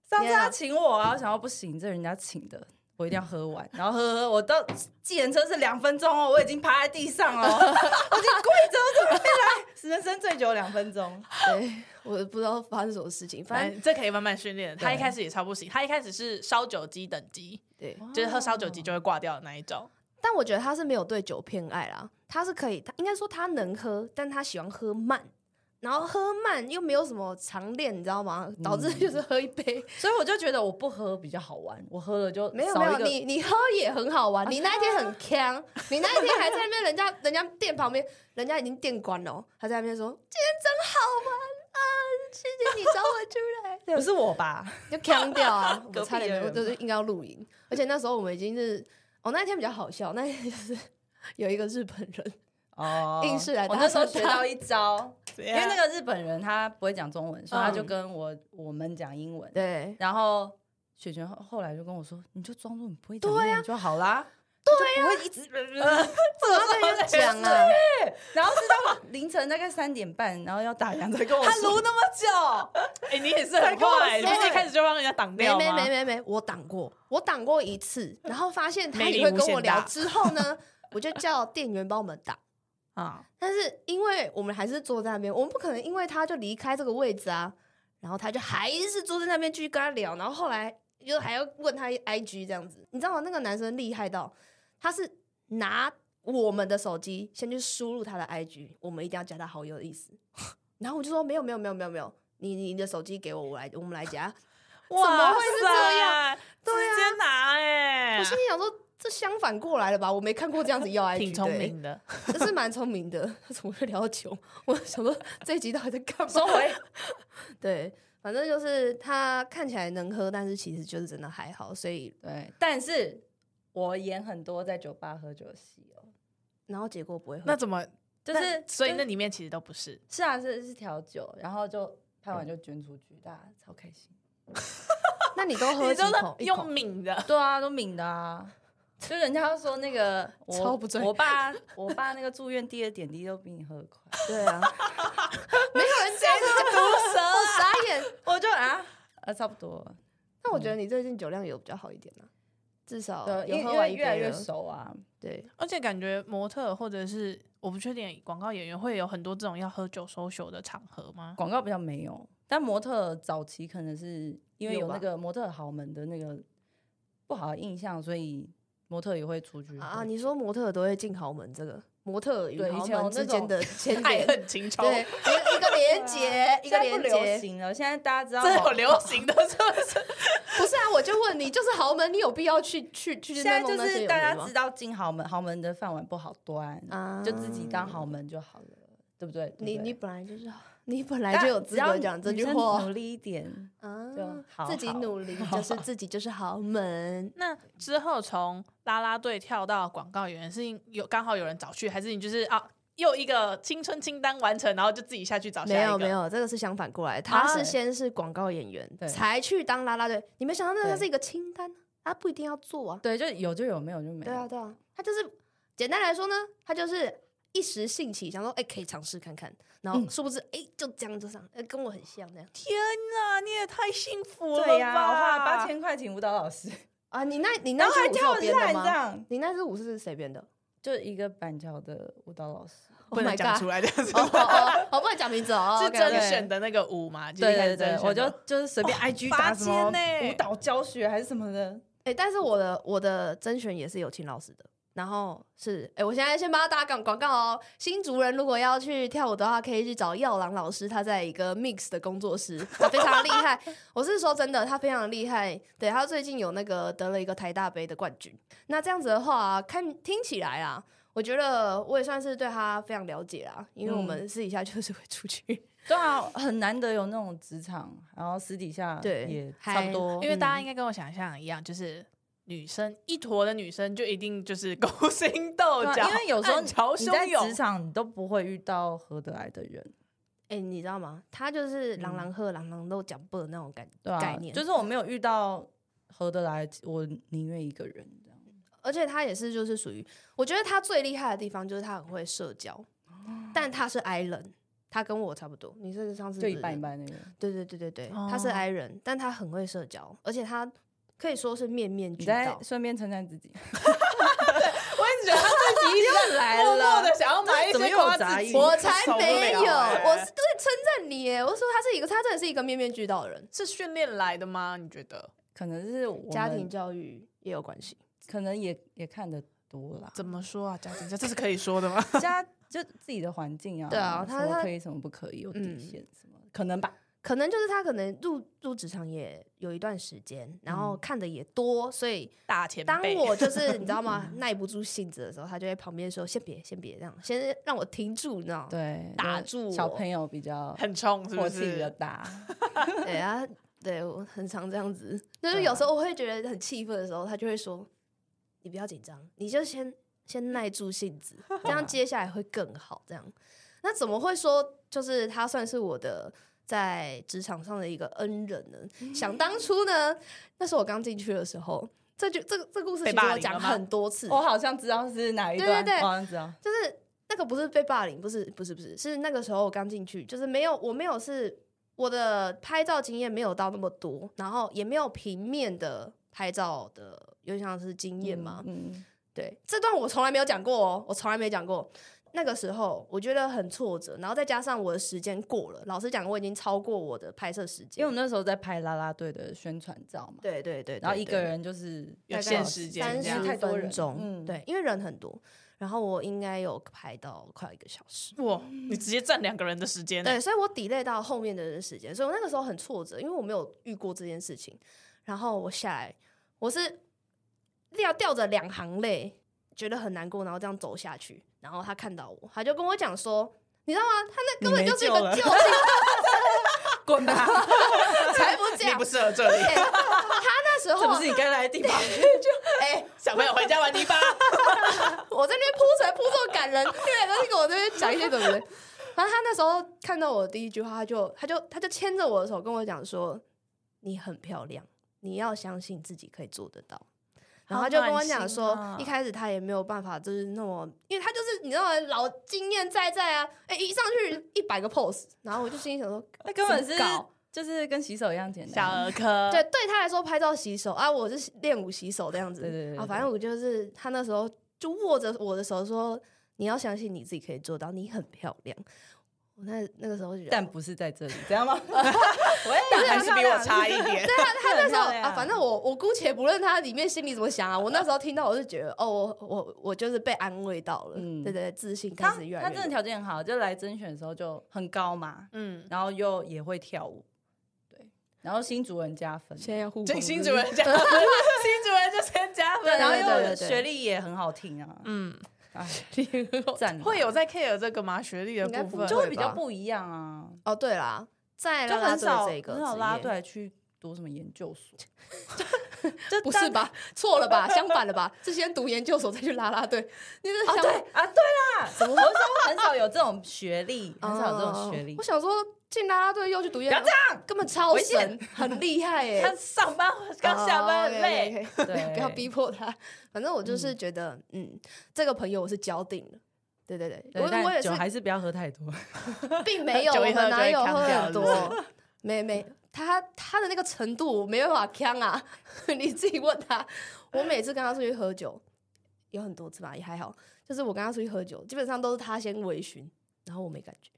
S3: 上次
S2: 天啊
S3: 他请我啊，我想要不行，这人家请的，我一定要喝完， [LAUGHS] 然后喝喝喝，我到计程车是两分钟哦，我已经趴在地上了哦，我已经跪着，我怎么没来？是人生最久两分钟，
S2: 对，我不知道发生什么事情，反
S1: 反正
S2: 正
S1: 这可以慢慢训练。他一
S3: 对
S1: 开始也超不行，他一开始是烧酒鸡等级，
S2: 对。
S1: 就是喝烧酒鸡就会挂掉的那一种。
S2: 但我觉得他是没有对酒偏爱啦，他是可以，他应该说他能喝，但他喜欢喝慢，然后喝慢又没有什么常练，你知道吗？导致就是喝一杯，
S3: 所以我就觉得我不喝比较好玩，我喝了就
S2: 没有
S3: 少
S2: 没
S3: 一
S2: 有，
S3: 个
S2: 你 [LAUGHS] 你喝也很好
S1: [LAUGHS]
S2: 玩，你那一天很强， [LAUGHS] 你那一天还在那边人家人家店旁边，人家已经店关了哦，还在那边说今天真好玩啊，谢谢你找我出来，对
S3: 不是我吧？
S2: 就腔掉啊！
S1: [LAUGHS] 隔
S2: 我
S1: 壁
S2: 差点
S1: 的
S2: 就
S1: 人
S2: 就是应该要露营，而且那时候我们已经是，哦，那一天比较好笑，那一天就是有一个日本人，
S1: [LAUGHS]
S3: 哦
S2: 硬是来
S3: 我
S2: 搭
S3: 那时候
S2: 讪他
S3: 学到一招，
S1: 因
S3: [LAUGHS] 因为那个日本人他不会讲中文，所以他
S1: 嗯
S3: 就跟我我们讲英文，
S2: 对
S3: 然后雪泉后后来就跟我说，你就装作你不会讲英
S2: 对
S3: 文就好啦。对呀、不会一直，
S2: 他就讲啊，
S3: 然后直到我凌晨大概三点半，然后要打烊才跟我
S1: 他
S3: 说
S1: 撸。那么久，哎、你也是很
S3: 跟
S1: [LAUGHS]
S3: 我
S1: 快，你
S2: 说
S1: 不是一开始就让人家挡
S2: 没
S1: 掉
S2: 没
S1: 吗？
S2: 没没没，我挡过，我挡过一次，然后发现他
S1: 魅
S2: 也
S1: 力
S2: 会
S1: 无
S2: 跟
S1: 限
S2: 我聊
S1: 大
S2: 之后呢，我就叫店员帮我们挡。
S1: 啊，
S2: 但是因为我们还是坐在那边，我们不可能因为他就离开这个位置啊，然后他就还是坐在那边继续跟他聊，然后后来就还要问他 IG 这样子，你知道吗？那个男生厉害到他是拿我们的手机先去输入他的 IG，我们一定要加他好友的意思，然后我就说没有没有没有没有没有，你你的手机给我，我来我们
S1: [LAUGHS]
S2: 来加，
S1: 哇
S2: 怎么会是这样啊
S1: 塞？直接拿哎、
S2: 我心里想说。这相反过来了吧？我没看过这样子要 IG，
S1: [LAUGHS] 挺聪
S2: 对
S1: 明的，
S3: [LAUGHS]
S2: 这是蛮聪明的，他怎么会聊到酒？ [LAUGHS] 我想说这一集到底在干嘛？
S3: 收回，
S2: [LAUGHS] 对，反正就是他看起来能喝，但是其实就是真的还好，所以
S3: [LAUGHS] 对，但是我演很多在酒吧喝酒的戏哦，
S2: 然后结果不会喝。
S1: 那怎 [LAUGHS] 么？
S3: 就是
S1: 那所以
S3: 就
S1: 那里面其实都不
S2: [LAUGHS]
S1: 是，
S3: 是啊是是调酒，然后就拍完就捐出去，大家超开心。
S2: 那你都喝
S1: 你
S2: 几
S1: 都
S2: 口？
S1: 是
S2: 一
S1: 用
S2: 口
S1: 抿的，
S3: 对啊，都抿的啊。 [LAUGHS] 就人家说那 [LAUGHS] 个我
S2: 超不醉
S3: 我爸我爸那个住院第二点滴都比你喝得快，
S2: 对啊，没有人这样子讲，我傻眼。
S3: [LAUGHS] 我就啊啊差不多，
S2: 那我觉得你最近酒量有比较好一点啊，至少
S3: 对，
S2: 有
S3: 因
S2: 喝
S3: 为
S2: 完一
S3: 越来
S2: 杯
S3: 越
S2: 了。
S3: 熟啊，
S2: 对，
S1: [LAUGHS] 而且感觉模特或者是我不确定广告演员会有很多这种要喝酒 social 的场合吗？
S3: 广告比较没有，但模特早期可能是因为
S2: 有
S3: 有
S2: 吧
S3: 那个模特豪门的那个不好的印象，所以模特也会出去喝
S2: 啊，你说模特儿都会进豪门，这个模特儿与
S3: 嗯对以
S2: 豪
S3: 前有
S2: 门
S3: 那
S2: 之间
S3: 种
S2: 的牵
S1: 爱
S2: 连，
S1: 恨情仇，
S2: 对，一个一个连接，一
S3: [LAUGHS] 现
S2: 个
S3: 在不
S2: 连
S3: 流
S2: 接。
S3: 行了，现在大家知道
S2: 哦
S1: 这有
S3: 网
S1: 流行
S2: [LAUGHS]
S1: 的，是不是？
S2: 不是啊，我就问你，就是豪门，你有必要去去去
S3: 现
S2: 那
S3: 在
S2: 弄
S3: 就
S2: 那些
S3: 是
S2: 有
S3: 大
S2: 的
S3: 家
S2: 吗
S3: 知道进豪门，豪门的饭碗不好端，
S2: 啊
S3: 就自己当豪门就好了，对不对？对不
S2: 你
S3: 对
S2: 你本来就是，你本来
S3: 大
S2: 就
S3: 家
S2: 有资
S3: 只要
S2: 格讲这
S3: 女
S2: 句
S3: 生
S2: 话
S3: 努力
S2: [LAUGHS]
S3: 一点，
S2: 啊
S3: 就好
S2: 自己
S3: 好
S2: 努
S3: [LAUGHS]
S2: 力就是自己就是豪门。
S1: 那之后从啦啦队跳到广告演员，是因有刚好有人找去，还是你就是啊又一个青春清单完成，然后就自己下去找下一
S2: 没
S1: 个？
S2: 有没有，这个是相反过来，他是
S3: 对
S2: 先是广告演员，
S3: 啊对
S2: 才去当啦啦队。你没想到那个
S3: 对
S2: 是一个清单，啊他不一定要做啊。
S3: 对，就有就有，没有就没有。
S2: 对啊对啊，他就是简单来说呢，他就是一时兴起，想说哎可以尝试看看，然后
S3: 嗯
S2: 殊不知哎就这样就上，哎跟我很像这样
S1: 天哪，你也太幸福了吧！
S3: 对呀、我花了八，千块请舞蹈老师，
S2: 啊。你那你
S3: 然
S2: 那
S3: 后还
S2: 支舞是
S3: 跳
S2: 我
S3: 起
S2: 编
S3: 来
S2: 的
S3: 这
S2: 吗？
S3: 样，
S2: 你那支舞是谁编的
S3: 就一个板桥的舞蹈老师。
S2: ？Oh
S1: 不
S2: my
S1: 能讲
S2: god！
S1: 出来的，是
S2: [LAUGHS] 哦哦哦，不能讲名字哦，
S1: [LAUGHS]
S3: [LAUGHS]
S1: 是
S2: OK，OK
S1: 甄选的那个舞嘛？就是一开始甄选的
S3: 我就就是随便 IG 打什
S1: 八
S3: 么
S1: 千欸
S3: 舞蹈教学还是什么的，
S2: 哎、但是我的我的甄选也是有请老师的，然后是哎、我现在先帮大家打广告哦。新竹人如果要去跳舞的话，可以去找耀朗老师，他在一个 mix 的工作室，他非常厉害。 [LAUGHS] 我是说真的，他非常厉害。对他最近有那个得了一个台大杯的冠军。那这样子的话、看听起来啊，我觉得我也算是对他非常了解啦，因为我
S3: 嗯
S2: 们私底下就是 [LAUGHS] 会出去。
S3: 对啊，很难得有那种职场，然后私底下
S2: 对
S3: 啊也差不多，
S1: 因为大家
S3: 嗯
S1: 应该跟我想象一样，就是。女生一坨的女生就一定就是勾心斗
S3: 对
S1: 角，
S3: 啊因为有时候
S1: 暗潮
S3: 你在
S1: 汹
S3: 职
S1: 涌。
S3: 场你都不会遇到合得来的人，
S2: 哎、你知道吗？他就是
S3: 嗯
S2: 朗朗喝，朗朗都讲不的那种感、
S3: 对啊，
S2: 概念，
S3: 就是我没有遇到合得来，我宁愿一个人这样。
S2: 而且他也是就是属于，我觉得他最厉害的地方就是他很会社交，但他是 I 人，他跟我差不多。你是上次
S3: 就
S2: 不
S3: 一
S2: 是
S3: 半一。半那个，
S2: 对对对对对，
S1: 哦
S2: 他是 I 人，但他很会社交，而且他可以说是面面
S3: 你
S2: 俱
S3: 在
S2: 到。
S3: 顺便称赞自 [LAUGHS] 己，
S1: 我一直觉得他自己一直
S3: [LAUGHS] 来
S1: 默默的想要买一
S3: 哎怎么
S1: 些
S3: 又有
S1: 夸
S3: 杂
S1: 自己，
S3: 音
S2: 我才
S1: 受不
S2: 没有，
S1: 了欸
S3: 哎
S2: 我是对称赞你耶！我说他是一个，他真的是一个面面俱到的人，
S1: 是训练来的吗？你觉得
S3: 可能是我们
S2: 家庭，教育也有关系。
S3: 可能也也看得多 [LAUGHS] 啦。
S1: 怎么说啊？家庭教这是可以说的吗？
S3: 家就自己的环境啊，
S2: 对啊
S3: 什
S2: 他
S3: 么
S2: 他
S3: 可以，什么不可以，有底
S2: 嗯
S3: 线什么的，可能吧。
S2: 可能就是他可能入入职场也有一段时间，然
S3: 嗯
S2: 后看的也多，所以
S1: [LAUGHS] 大前辈，
S2: 当我
S1: [LAUGHS]
S2: 就是你知道吗，耐不住性子的时候，他就在旁边说：“先别，先别这样，先让我停住，你知道吗？”
S3: 对，
S2: 打
S3: 就
S2: 住
S3: 小
S2: 我
S3: 朋友比较
S1: 很冲，是
S3: 火
S1: 不
S3: 气比较
S1: 是？
S3: [LAUGHS] 大，
S2: 对啊，对我很常这样子，就是
S3: 对啊
S2: 有时候我会觉得很气愤的时候，他就会说：“你不要紧张，你就先先耐住性子，这样接下来会更好。”这样，那怎么会说就是他算是我的在职场上的一个恩人
S1: [LAUGHS]
S2: 呢？想当初呢，那是我刚进去的时候，这就这个这个故事
S1: 被
S2: 其实
S1: 霸
S2: 我
S1: 凌
S2: 讲
S1: 了吗
S2: 很多次，
S3: 我好像知道是哪一
S2: 对
S3: 段，
S2: 对对
S3: 我好像知道。
S2: 就是那个不是被霸凌，不是不是不是，是那个时候我刚进去，就是没有我没有是我的拍照经验没有到那么多，然后也没有平面的拍照的，有点像是经验嘛。
S3: 嗯，
S2: 对，这段我从来没有讲过哦，我从来没讲过。那个时候我觉得很挫折，然后再加上我的时间过了，老实讲我已经超过我的拍摄时
S3: 因为
S2: 间
S3: 我。们那时候在拍啦啦队的宣传照嘛，
S2: 对对对对
S3: 然后一
S2: 对
S3: 个人就是
S1: 有
S3: 大概
S1: 限时间
S2: 三
S1: 这样
S2: 十
S3: 太多人
S2: 分钟，
S3: 嗯
S2: 对，因为人很多，然后我应该有拍到快一个小时。
S1: 哇，你直接占两个人的时间欸，
S2: 对，所以我 delay 到后面的人时间，所以我那个时候很挫折，因为我没有遇过这件事情。然后我下来，我是掉掉着两行泪，觉得很难过，然后这样走下去。然后他看到我，他就跟我讲说：“你知道吗？他那根
S3: 你
S2: 本
S3: 没
S2: 就是一
S3: 救
S2: 个
S3: 了
S2: 救星，
S3: [LAUGHS] 滚吧，
S2: 才不这
S1: 你
S2: 样
S1: 不。适合这里，
S2: 哎”他那时
S3: 这
S2: 候
S3: 不是你该来的 [LAUGHS] 地方。
S2: 哎、
S1: 小朋友回家玩泥巴。
S2: 我在那边铺陈铺这么感人，你们两个就给我这边讲一些什么的。然后他那时候看到我的第一句话，他就他就他就牵着我的手跟我讲说：“你很漂亮，你要相信自己可以做得到。”然后他就跟我讲
S1: 好
S2: 说，
S1: 暖心啊
S2: 一开始他也没有办法，就是那么，因为他就是你知道吗，老经验在在啊，哎，一上去一百个 pose，然后我就心里想说，
S3: 那根本是
S2: 怎么搞
S3: 就是跟洗手一样简
S1: 小
S3: 单。
S1: 儿科，
S2: 对，对他来说拍照洗手啊，我是练舞洗手这样子。
S3: 对对对
S2: 啊，
S3: 对
S2: 反正我就是他那时候就握着我的手说：“你要相信你自己可以做到，你很漂亮。”我那那个时候就觉得，
S3: 但不是在这里，这样 [LAUGHS] 吗？
S1: 但
S3: 喂
S1: 还是比我差一点。
S2: 对啊，他那时候
S3: 很漂亮
S2: 啊，反正我我姑且不论他里面心里怎么想啊，我那时候听到我就觉得，哦，我我我就是被安慰到了，
S3: 嗯
S2: 对对对，自信开
S3: 他
S2: 始越
S3: 他
S2: 来越
S3: 真的
S2: 有。
S3: 条件很好，就来甄选的时候就很高嘛，
S1: 嗯，
S3: 然后又也会跳舞，对，然后新主人加分，
S2: 要互
S1: 这新主人加分，新主人就先加
S3: 对，
S1: 分，
S3: 然后
S2: 对对对
S3: 又
S2: 对
S3: 学历也很好听啊，
S1: 嗯，
S3: 哎，赞啊
S1: 会有在 care 这个吗？学历的
S2: 应该
S1: 部
S2: 不
S1: 分
S3: 就会比较
S2: 吧
S3: 不一样啊，
S2: 哦，对啦，在
S3: 就
S2: 啦啦
S3: 很
S2: 队的
S3: 少
S2: 这个
S3: 很少
S2: 职
S3: 拉
S2: 业
S3: 队来去读什么研究所，就
S2: 不是？吧？错了吧？相反了吧？是先读研究所再去啦啦队？你是
S3: 啊
S2: 想
S3: 对啊对啦，我是说很少有这种学历，很少有这种
S2: 哦
S3: 学历
S2: 我。想说，进啦啦队又去读研，
S1: 不要这
S2: 样，根本超
S3: 危险
S2: 神，很厉害耶、
S1: 他上班刚下班很累，
S2: 哦，OK，OK，OK，
S3: 对
S2: 不要逼迫他。反正我就是觉得，嗯这个朋友我是交定了。对对对，
S3: 对
S2: 我
S3: 但
S2: 我也是
S3: 酒，还是不要喝太多。
S2: 并
S3: [LAUGHS]
S2: 没有，
S1: 酒
S2: 我
S1: 一喝
S2: 们
S1: 就
S2: 哪
S1: 会
S2: 有喝
S1: 扛掉
S2: 很
S1: 是
S2: 多？没没，他他的那个程度我没办法扛啊， [LAUGHS] 你自己问他。我每次跟他出去喝酒，有很多次吧，也还好。就是我跟他出去喝酒，基本上都是他先微醺，然后我没感觉。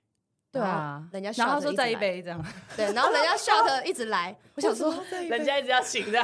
S2: 对啊，人家
S3: 然后
S2: 笑着
S3: 说
S2: 直
S3: 再一
S2: 来
S3: 杯这样， [LAUGHS]
S2: 对，然后人家 shot 一直来，我想说，
S1: 人家一直要请的，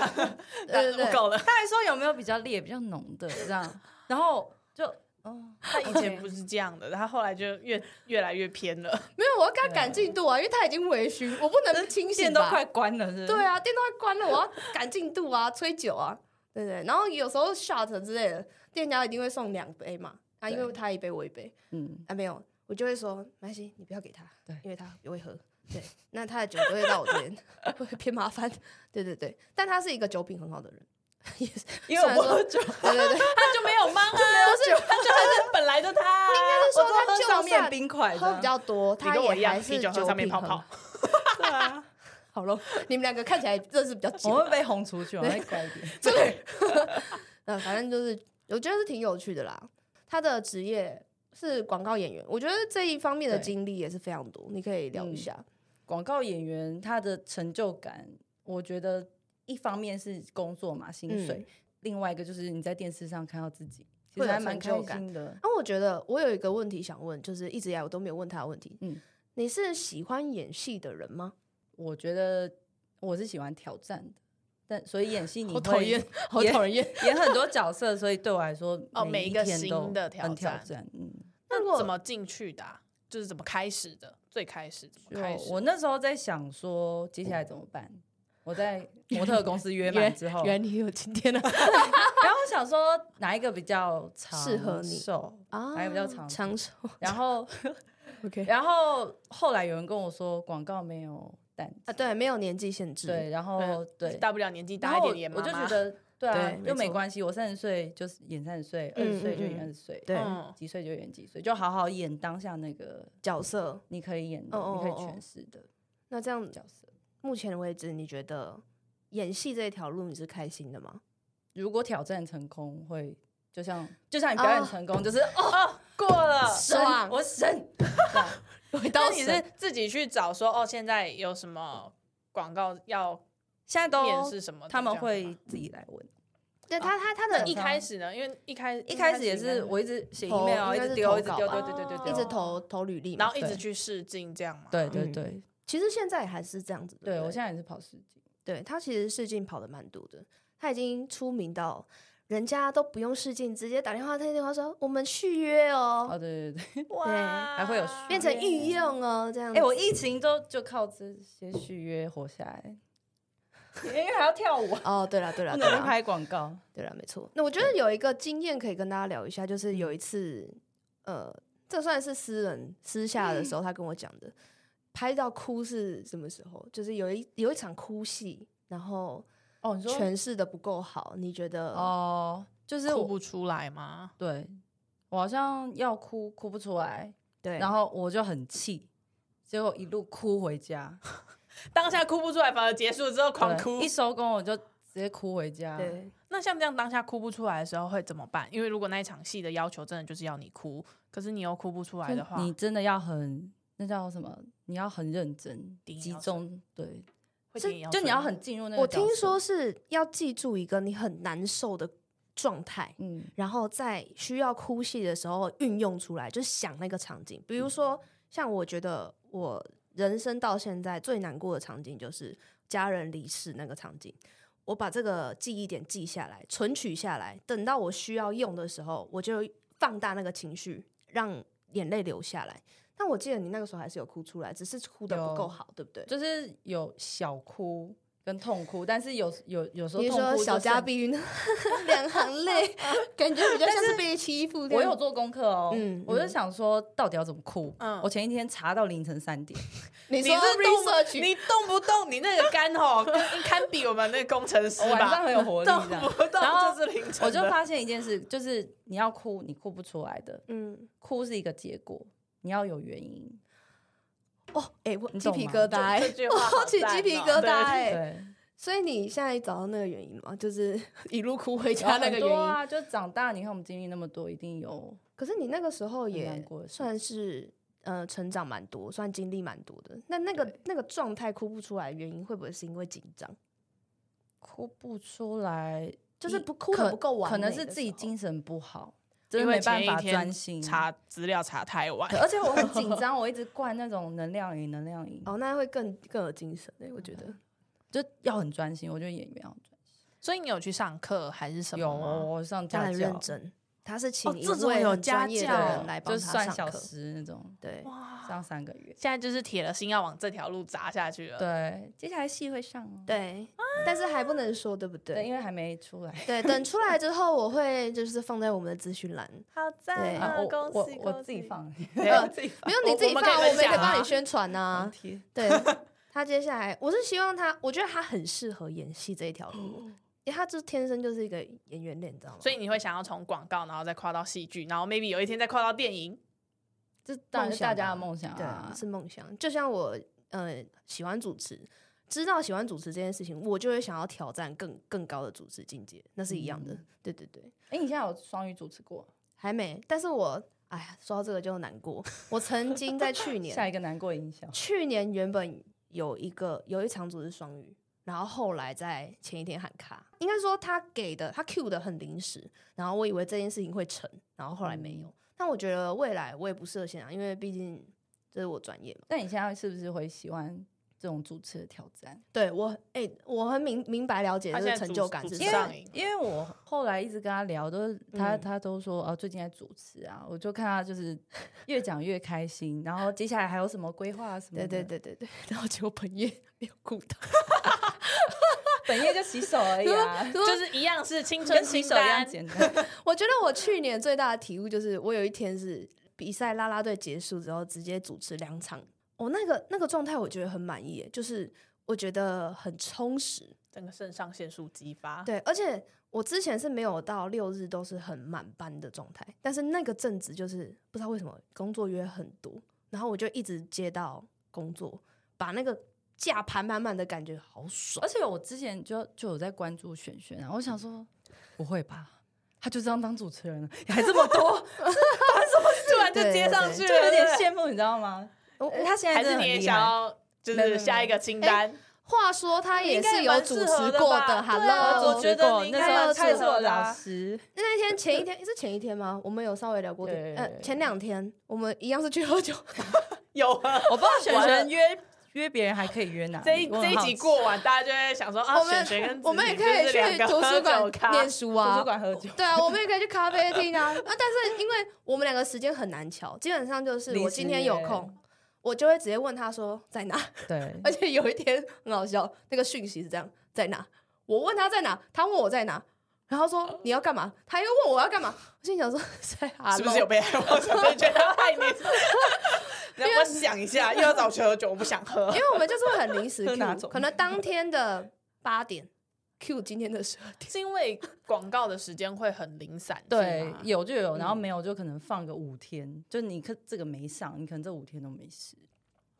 S2: 对对
S1: 不够了。
S3: 他还说有没有比较烈、比较浓的这样，然后就嗯，
S1: 他以前不是这样的，他后来就越越来越偏了。
S2: 没有，我要跟他赶进度啊，因为他已经微醺，我不能清
S3: 店
S2: 醒
S3: 都
S2: 吧
S3: 快关了，是？
S2: 对，啊，店都快关了，我要赶进度啊，催酒啊，对对。然后有时候 shot 之类的，店家一定会送两杯嘛，啊，因为
S3: 对
S2: 他一杯我一杯，
S3: 嗯，
S2: 啊没有，我就会说没关系，你不要给他，
S3: 对
S2: 因为他也会喝。对，那他的酒都会到我这边， [LAUGHS] 会偏麻烦。对对对，但他是一个酒品很好的人，也是，
S3: 因为我不
S2: 虽然
S3: 喝
S2: 说
S3: 酒，
S2: 对对对，
S1: 他就没有
S3: [LAUGHS]
S1: 忙啊，没有酒，他就是本来就他啊。
S2: 但是
S3: 我
S2: 说
S3: 都
S2: 他
S3: 喝
S2: 就
S3: 上面
S2: 算
S3: 冰块这
S2: 喝
S3: 样，
S2: 比较多，
S1: 你
S2: 他
S1: 跟我一
S2: 也
S1: 样，
S2: 还
S1: 啤
S2: 是
S1: 酒喝
S2: 酒
S1: 上面
S2: 品
S1: 泡
S2: 很
S1: 泡
S2: 好。。
S3: 对啊，
S2: 好咯，你们两个看起来认识比较久
S3: 我。会被轰出去，我会乖一点。
S2: 对， [LAUGHS] 呃，反正就是我觉得是挺有趣的啦。他的职业是广告演员，我觉得这一方面的
S3: 对
S2: 经历也是非常多，你可以聊一
S3: 嗯
S2: 下。
S3: 广告演员他的成就感，我觉得一方面是工作嘛，薪水；
S2: 嗯
S3: 另外一个就是你在电视上看到自己，其
S2: 会
S3: 实
S2: 有
S3: 还蛮
S2: 成
S3: 开
S2: 就感
S3: 心的。
S2: 那、我觉得我有一个问题想问，就是一直以来我都没有问他的问题。
S3: 嗯
S2: 你是喜欢演戏的人吗？
S3: 我觉得我是喜欢挑战的，但所以演戏你
S1: 好讨
S3: 会
S1: 厌，好
S3: 也
S1: 讨人厌。
S3: 演很多角色，所以对我来说，
S1: 哦每
S3: 每
S1: 一个
S3: 天
S1: 新
S3: 都
S1: 的
S3: 很
S1: 挑
S3: 挑
S1: 战
S3: 战。嗯，
S2: 如
S1: 那
S2: 果
S1: 怎么进去的啊、就是怎么开始的？最开始怎么
S3: 就
S1: 开始？
S3: 我那时候在想说，接下来怎么办？
S2: [LAUGHS]
S3: 我在模特公司约满之后，
S1: 来你有今天的、 [LAUGHS]
S3: 然后我想说哪一个比较长
S2: 适合你
S3: 寿
S2: 啊
S3: 还有比较长
S2: 长寿
S3: 然后，
S2: ，OK
S3: 然后后来有人跟我说，广告没有淡季
S2: [LAUGHS] 啊，嗯对，没有年纪限制，
S3: 对，然后哦对，
S1: 大不了年纪
S3: 然
S1: 大一
S3: 后我
S1: 点演
S3: 我
S1: 妈
S3: 就
S1: 妈
S3: 觉得对啊
S2: 对，没
S3: 又没
S2: 错
S3: 关系，我三十岁就是演三十岁，二
S2: 嗯
S3: 十岁就
S2: 嗯嗯
S3: 演二十岁，
S2: 对
S1: 嗯
S3: 几岁就演几岁，就好好演当下那个
S2: 角色。
S3: 你可以演的，
S2: 哦
S3: 你可以
S2: 哦哦
S3: 诠释的
S2: 那这样，
S3: 角色。
S2: 目前为止，你觉得演戏这条路你是开心的吗？
S3: 如果挑战成功，会就像就像你表演
S2: 哦
S3: 成功，就是哦过了，
S2: 爽
S3: 神我 [LAUGHS] 神。这样
S2: 回
S1: 那你是自己去找说哦，现在有什么广告要
S3: 现在
S1: 面
S3: 都
S1: 试什么的？
S3: 他们
S1: 这样子
S3: 会
S1: 吗。
S3: 自己来问。
S2: 对他他他
S1: 那
S2: 的
S1: 一
S2: 一
S1: 开始呢？因为一开
S3: 一开始也是我
S1: 一
S3: 一直写
S2: 投
S3: email，
S2: 应
S3: 啊一
S2: 该
S3: 直
S2: 是
S3: 丢，
S2: 投
S3: 一直
S2: 稿
S3: 丢，
S2: 吧
S3: 对对对对，对
S2: 一直，投投履历嘛，
S1: 然后一直
S3: 对
S1: 去试镜这样嘛。
S3: 对对
S2: 嗯
S3: 对
S2: 其实现在还是这样子。对
S3: 对，
S2: 不
S3: 我
S2: 对，
S3: 现在也是跑世纪。
S2: 对他其实试镜跑的蛮多的，他已经出名到人家都不用试镜，直接打电话打电话说我们续约
S3: 哦，
S2: 哦，
S3: 对对对，
S1: 哇，
S3: 还会有
S2: 变成御用哦，这样
S3: 哎、
S2: 子。
S3: 我疫情都就靠这些续约活下来，因为还要跳 [LAUGHS] 舞，
S2: 哦，对了对了
S3: 不
S2: 对
S3: 能不
S2: 了
S3: 拍广 [LAUGHS] 告。
S2: 对了，没错。那我觉得有一个经验可以跟大家聊一下，就是有一次，呃，这算是私人私下的时候，他跟我讲的，拍到哭是什么时候？就是有一有一场哭戏，然后
S3: 哦，你说
S2: 诠释的不够好，你觉得？
S3: 哦，就是
S1: 哭
S3: 我
S1: 不出来吗？
S3: 对我好像要哭哭不出来，
S2: 对，
S3: 然后我就很气，结果一路哭回家，
S1: 当下哭不出来，反而结束之后 [LAUGHS] 狂
S3: 对
S1: 哭
S3: 一。收工我就直接哭回家。
S2: 对，
S1: 那像这样当下哭不出来的时候会怎么办？因为如果那一场戏的要求真的就是要你哭，可是你又哭不出来的话，
S3: 你真的要很那叫什么？你要很认真、
S1: 顶
S3: 集
S1: 要什
S3: 中，对，
S1: 会
S2: 是
S1: 怎样
S3: 就你要
S1: 分
S3: 很进入那个。
S2: 我听说，是要记住一个你很难受的状态，
S3: 嗯，
S2: 然后在需要哭戏的时候运用出来，就想那个场景。比如
S3: 嗯
S2: 说，像我觉得我人生到现在最难过的场景就是家人离世那个场景。我把这个记忆点记下来，存取下来，等到我需要用的时候，我就放大那个情绪，让眼泪流下来。但我记得你那个时候还是有哭出来，只是哭的不
S3: 有
S2: 够好，对不对？
S3: 就是有小哭跟痛哭，但是有有有时候
S2: 你
S3: 痛哭
S2: 说
S3: 就
S2: 小家
S3: 剩
S2: 碧玉 [LAUGHS] 两行泪，感觉比较像是被欺负这
S3: [LAUGHS] 我
S2: 样。
S3: 有做功课哦，
S2: 嗯
S3: 我就
S2: 嗯
S3: 想说到底要怎么哭。
S1: 嗯
S3: 我前一天查到凌晨三点，
S2: 你
S1: 你
S2: 说
S1: 是动
S2: research，
S1: 你动不动你那个肝吼，跟
S3: [LAUGHS]
S1: 堪比我们那个工程师
S3: 我哦晚上
S1: 吧，
S3: 很有活力
S1: 动
S3: 这样。
S1: 不动
S3: 然后
S1: 就是
S2: [LAUGHS]
S1: 凌晨
S3: 我就
S1: 的
S3: 发现一件事，就是你要哭，你哭不出来的，
S2: 嗯，
S3: 哭是一个结果，你要有原因。
S2: 哦，哎、我
S3: 你
S2: 鸡
S3: 懂
S2: 皮
S3: 吗
S2: 疙瘩、
S1: 这
S2: 欸， [LAUGHS]
S1: 句话好
S2: 好起
S1: 赞
S2: 鸡皮
S1: 哦
S2: 疙瘩、
S1: 对
S2: 欸，
S3: 对，
S2: [LAUGHS] 所以你现在找到那个原因吗？就是 [LAUGHS] 一路哭回
S3: 然
S2: 家
S3: 后
S2: 那
S3: 很
S2: 个原
S3: 多
S2: 因。
S3: 啊，就长大，你看我们经历那么多，一定有
S2: 可是你那个时候
S3: 很难
S2: 也
S3: 过的事
S2: 算是呃成长蛮多，算经历蛮多的。那那个那个状态哭不出来，原因会不会是因为紧张？
S3: 哭不出来，
S2: 就是
S3: 一
S2: 不哭得
S3: 可
S2: 不够完
S3: 可能
S2: 美
S3: 是
S2: 的
S3: 自己
S2: 时候
S3: 精神不好，真
S1: 因
S3: 的
S1: 为
S3: 没办
S1: 前一
S3: 法
S1: 天
S3: 专心。
S1: 查资料查太晚
S2: [LAUGHS]
S3: 对，而且我很紧张，我一直灌那种能量饮，能量饮，
S2: 哦，那会更更有精神哎、我觉得。
S3: 就要很专心。我觉得演员要很专心。
S1: 所以你有去上课还是什
S3: 有啊哦
S1: 么吗？
S3: 我上
S2: 他
S3: 家
S2: 很
S3: 教，
S2: 认真，他是请一
S1: 这种
S2: 位
S1: 有
S2: 很专
S1: 家
S2: 业的
S1: 教
S2: 人来帮
S3: 哦就
S2: 他
S3: 是算
S2: 上
S3: 小
S2: 课。
S3: 时那种，
S2: 对，
S3: 上三个月。
S1: 现在就是铁了心要往这条路砸下去了。
S3: 对，接下来戏会上哦。
S2: 啊对，但是还不能说，对不
S3: 对，
S2: 对？
S3: 因为还没出来。
S2: 对，等出来之后，我会就是放在我们的资讯栏。
S1: 好
S2: 对
S3: 啊我
S1: 恭
S3: 我
S1: 喜
S3: 我
S1: 恭
S3: 自己
S1: 喜
S3: 放， [LAUGHS]
S1: 对
S3: 自己放
S2: 没有你自己
S1: 我们
S2: 放，
S1: 可以
S2: 我
S1: 分
S2: 们可以
S1: 享啊
S2: 帮你宣传呐、
S3: 贴。
S2: 对他接下来，我是希望他，我觉得他很适合演戏这一条路，因为他就是天生就是一个演员脸，你知道吗？
S1: 所以你会想要从广告，然后再跨到戏剧，然后 maybe 有一天再跨到电影。
S3: 这 [LAUGHS] 当然是大家的梦想
S2: 对
S3: 啊
S2: 啊，。是梦想。就像我呃喜欢主持，知道喜欢主持这件事情，我就会想要挑战更更高的主持境界，那是一样的。对对对，
S3: 哎，你现在有双语主持过？
S2: 还没，但是我哎呀，说到这个就难过。我曾经在去
S3: 下
S2: 年，
S3: [LAUGHS] 一个难过营销。
S2: 去年原本有一个有一场组是双语，然后后来在前一天喊卡，应该说他给的他 Q 的很临时，然后我以为这件事情会成，然后后来
S3: 嗯
S2: 没有。但我觉得未来我也不适合现场，因为毕竟这是我专业嘛。
S3: 那你现在是不是会喜欢这种主持的挑战？
S2: 对我，哎、我很明明白了解
S1: 他
S2: 这
S1: 现
S2: 个
S1: 在
S2: 成
S1: 主
S2: 就感
S1: 主
S2: 是
S1: 持
S2: 什
S3: 因
S2: 么。
S1: 上
S3: 为
S1: 瘾
S3: 因为我后来一直跟他聊，都是他、
S2: 嗯
S3: 他都说啊，最近在主持啊，我就看他就是 [LAUGHS] 越讲越开心，然后接下来还有什么规划什么
S2: 对
S1: 嗯
S2: 对
S3: 的，
S2: 对对 [LAUGHS] 对，然后结果本业没有顾到，
S3: 本业就洗手而已啊， [LAUGHS]
S1: 就是一样是青春
S3: 跟洗
S1: 清
S3: 手一样
S1: 单，
S3: 简 [LAUGHS] 单。
S2: 我觉得我去年最大的体悟就是，我有一天是比赛啦啦队结束之后，直接主持两场，我、那个那个状态我觉得很满意耶，就是我觉得很充实。
S1: 整个肾上腺素激发。
S2: 对，而且我之前是没有到六日都是很满班的状态，但是那个阵子就是不知道为什么工作约很多，然后我就一直接到工作，把那个架盘满满的感觉好爽
S1: 呃
S3: 而。且我之前就就有在关注璇璇啊，我想说不会吧，他就这样当主持人了，还这么 [LAUGHS] 多，
S1: 突然就
S2: 对
S1: 接
S2: 对
S1: 上
S2: 对
S1: 去
S3: 就
S1: 了，
S3: 有点
S1: 对不对
S3: 羡慕，你知道吗？
S2: 我
S3: 呃
S2: 我
S3: 他现在
S1: 还
S3: 真
S1: 是
S3: 的
S1: 你
S3: 很
S1: 也
S3: 厉
S1: 想
S3: 害。
S1: 要就
S3: 没有没
S1: 是
S3: 有
S1: 下一个清
S2: 哎
S1: 单？
S2: 话说他也
S1: 应该
S2: 是有
S1: 蛮
S2: 主
S1: 适合
S2: 持
S1: 的
S2: 过
S1: 吧
S2: 的
S1: 对啊
S2: ，Hello，
S1: 我觉得你应
S3: 那
S1: 该
S3: 时候
S1: 要
S3: 蔡
S1: 适合
S3: 硕
S1: 的啊
S3: 老师，
S2: 那一天前一天是前一天吗？我们有稍微聊过
S3: 对
S2: 天，呃，前两天我们一样是去喝酒，
S1: 有啊，
S3: 我不知道璇
S1: 完了
S3: 璇约约别人还可以约哪里？
S1: 这一
S3: 我很
S1: 这一
S3: 好
S1: 集
S3: 奇
S1: 过完，大家就会想说啊，
S2: 我
S1: 璇璇跟
S2: 们我们也
S1: 子
S2: 可
S1: 宁就
S2: 以
S1: 是两
S2: 去
S1: 个
S2: 图
S1: 喝
S2: 书
S1: 酒
S2: 馆
S1: 咖
S2: 念书
S3: 图书
S2: 啊，
S3: 馆喝酒，
S1: [LAUGHS]
S2: 对啊，我们也可以去咖啡厅啊。啊，但是因为我们两个时间很难巧，基本上就是
S3: 临
S2: 我
S3: 时
S2: 今天有
S3: 约
S2: 空，我就会直接问他说在哪。 [LAUGHS]
S3: 对，
S2: 而且有一天很好笑，那个讯息是这样，在哪？我问他在哪，他问我在哪，然后说你要干嘛，他又问我要干嘛。我心里想说 [LAUGHS] 在哪？
S1: [LAUGHS] 是不是有被害妄想症？觉得
S2: [LAUGHS]
S1: 他害你？然后我想一下，又要找去喝酒，我不想喝
S2: 因。为我们就是会很临时
S3: 喝哪
S2: Q，
S3: 种
S2: 可能当天的八点 Q 今天的十二点，
S1: [LAUGHS] 是因为广告的时间会很零散，是
S3: 对
S1: 吗，啊
S3: 有就有，然后没有就可能放个五天，就你可这个没上，你可能这五天都没事。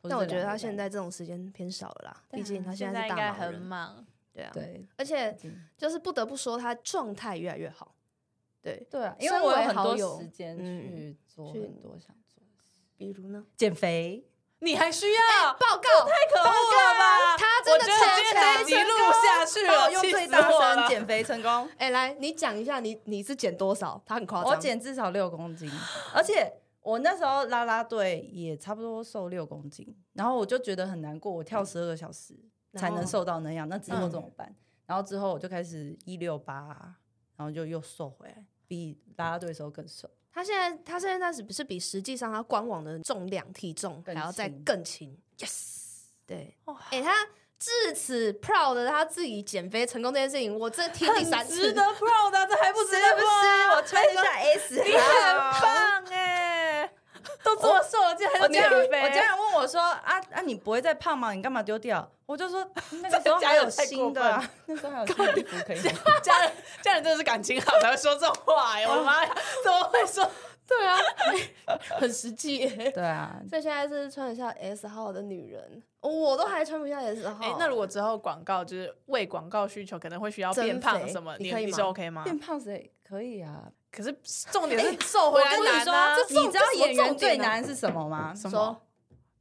S3: 或者
S2: 但我
S3: 这
S2: 觉得
S3: 两
S2: 他
S3: 个
S2: 现
S3: 礼
S2: 在这种时间偏少了啦，
S3: 对啊
S2: 毕竟他
S1: 现
S2: 在
S1: 在
S2: 是
S1: 应
S2: 大
S1: 该
S2: 忙
S1: 很
S2: 人，
S1: 忙。
S2: 对啊
S3: 拜，对
S2: 而且
S3: 嗯
S2: 就是不得不说他状态越来越好，对，
S3: 对啊，因为
S2: 身
S3: 我
S2: 为
S3: 有很
S2: 好
S3: 多
S2: 友
S3: 时间
S2: 嗯
S3: 去做
S2: 去
S3: 很多想做的事
S2: 比如呢，哎
S3: 减肥，
S1: 你还需要？
S2: 报告，啊
S1: 太可恶了吧！
S2: 他真
S1: 我
S2: 的
S1: 觉
S2: 超
S1: 得今天这一
S2: 强。啊
S1: 集录下去
S3: 帮
S1: 了，
S3: 我用
S1: 气
S3: 最
S1: 死
S3: 大
S1: 我了
S3: 声 [LAUGHS] 减肥成 [LAUGHS] 功，
S2: 哎、来，你讲一下你你是减多少？他很夸张，
S3: 我减至少六公 [LAUGHS] 斤，而且。我那时候啦啦队也差不多瘦六公斤，然后我就觉得很难过，我跳十二个小时才能瘦到那样，那嗯之后嗯怎么办？然后之后我就开始一六八，啊然后就又瘦回来，比啦啦队的时候更 [LAUGHS] 瘦。
S2: 他现在他现在是不是比实际上他官网的重量体重还
S3: 更
S2: 要再
S3: 轻
S2: 更轻？Yes，对，哎、他至此 proud 的他自己减肥成功这件事情，我这听第三次
S1: 值得 proud 的，这还不值
S3: 是
S1: 得
S3: 不是？我穿 [LAUGHS] 一下 S，啊
S1: 你很棒哎、都这么瘦了，竟然还
S3: 我
S1: 在
S3: 家
S1: 减
S3: 人，
S1: 肥，
S3: 我家人问我说：“啊啊，你不会再胖吗？你干嘛丢掉？”我就说：“ [LAUGHS] 那个时候还有新的、啊， [LAUGHS] 那时候还有新的衣服可以买。
S1: [LAUGHS] 家人家人真的是感情好才会说这种话哎、我的妈呀，怎么会说？
S2: 哦对啊，很实际耶、”
S3: 对啊，
S2: 所以现在是穿得下 S 号的女人，我都还穿不下 S 号。
S1: 哎、那如果之后广告就是为广告需求，可能会需要变
S2: 增
S1: 胖
S2: 肥
S1: 什么，
S2: 你
S1: 你
S2: 可以
S1: 你
S2: 吗
S1: 是 OK 吗？
S3: 变胖谁可以啊？
S1: 可是重点
S2: 哎
S1: 是瘦回来
S3: 哎我跟你
S1: 难
S3: 说，
S1: 啊，
S3: 你知道演员最难
S2: 这
S3: 是什么吗？
S1: 什
S2: 说
S1: 么？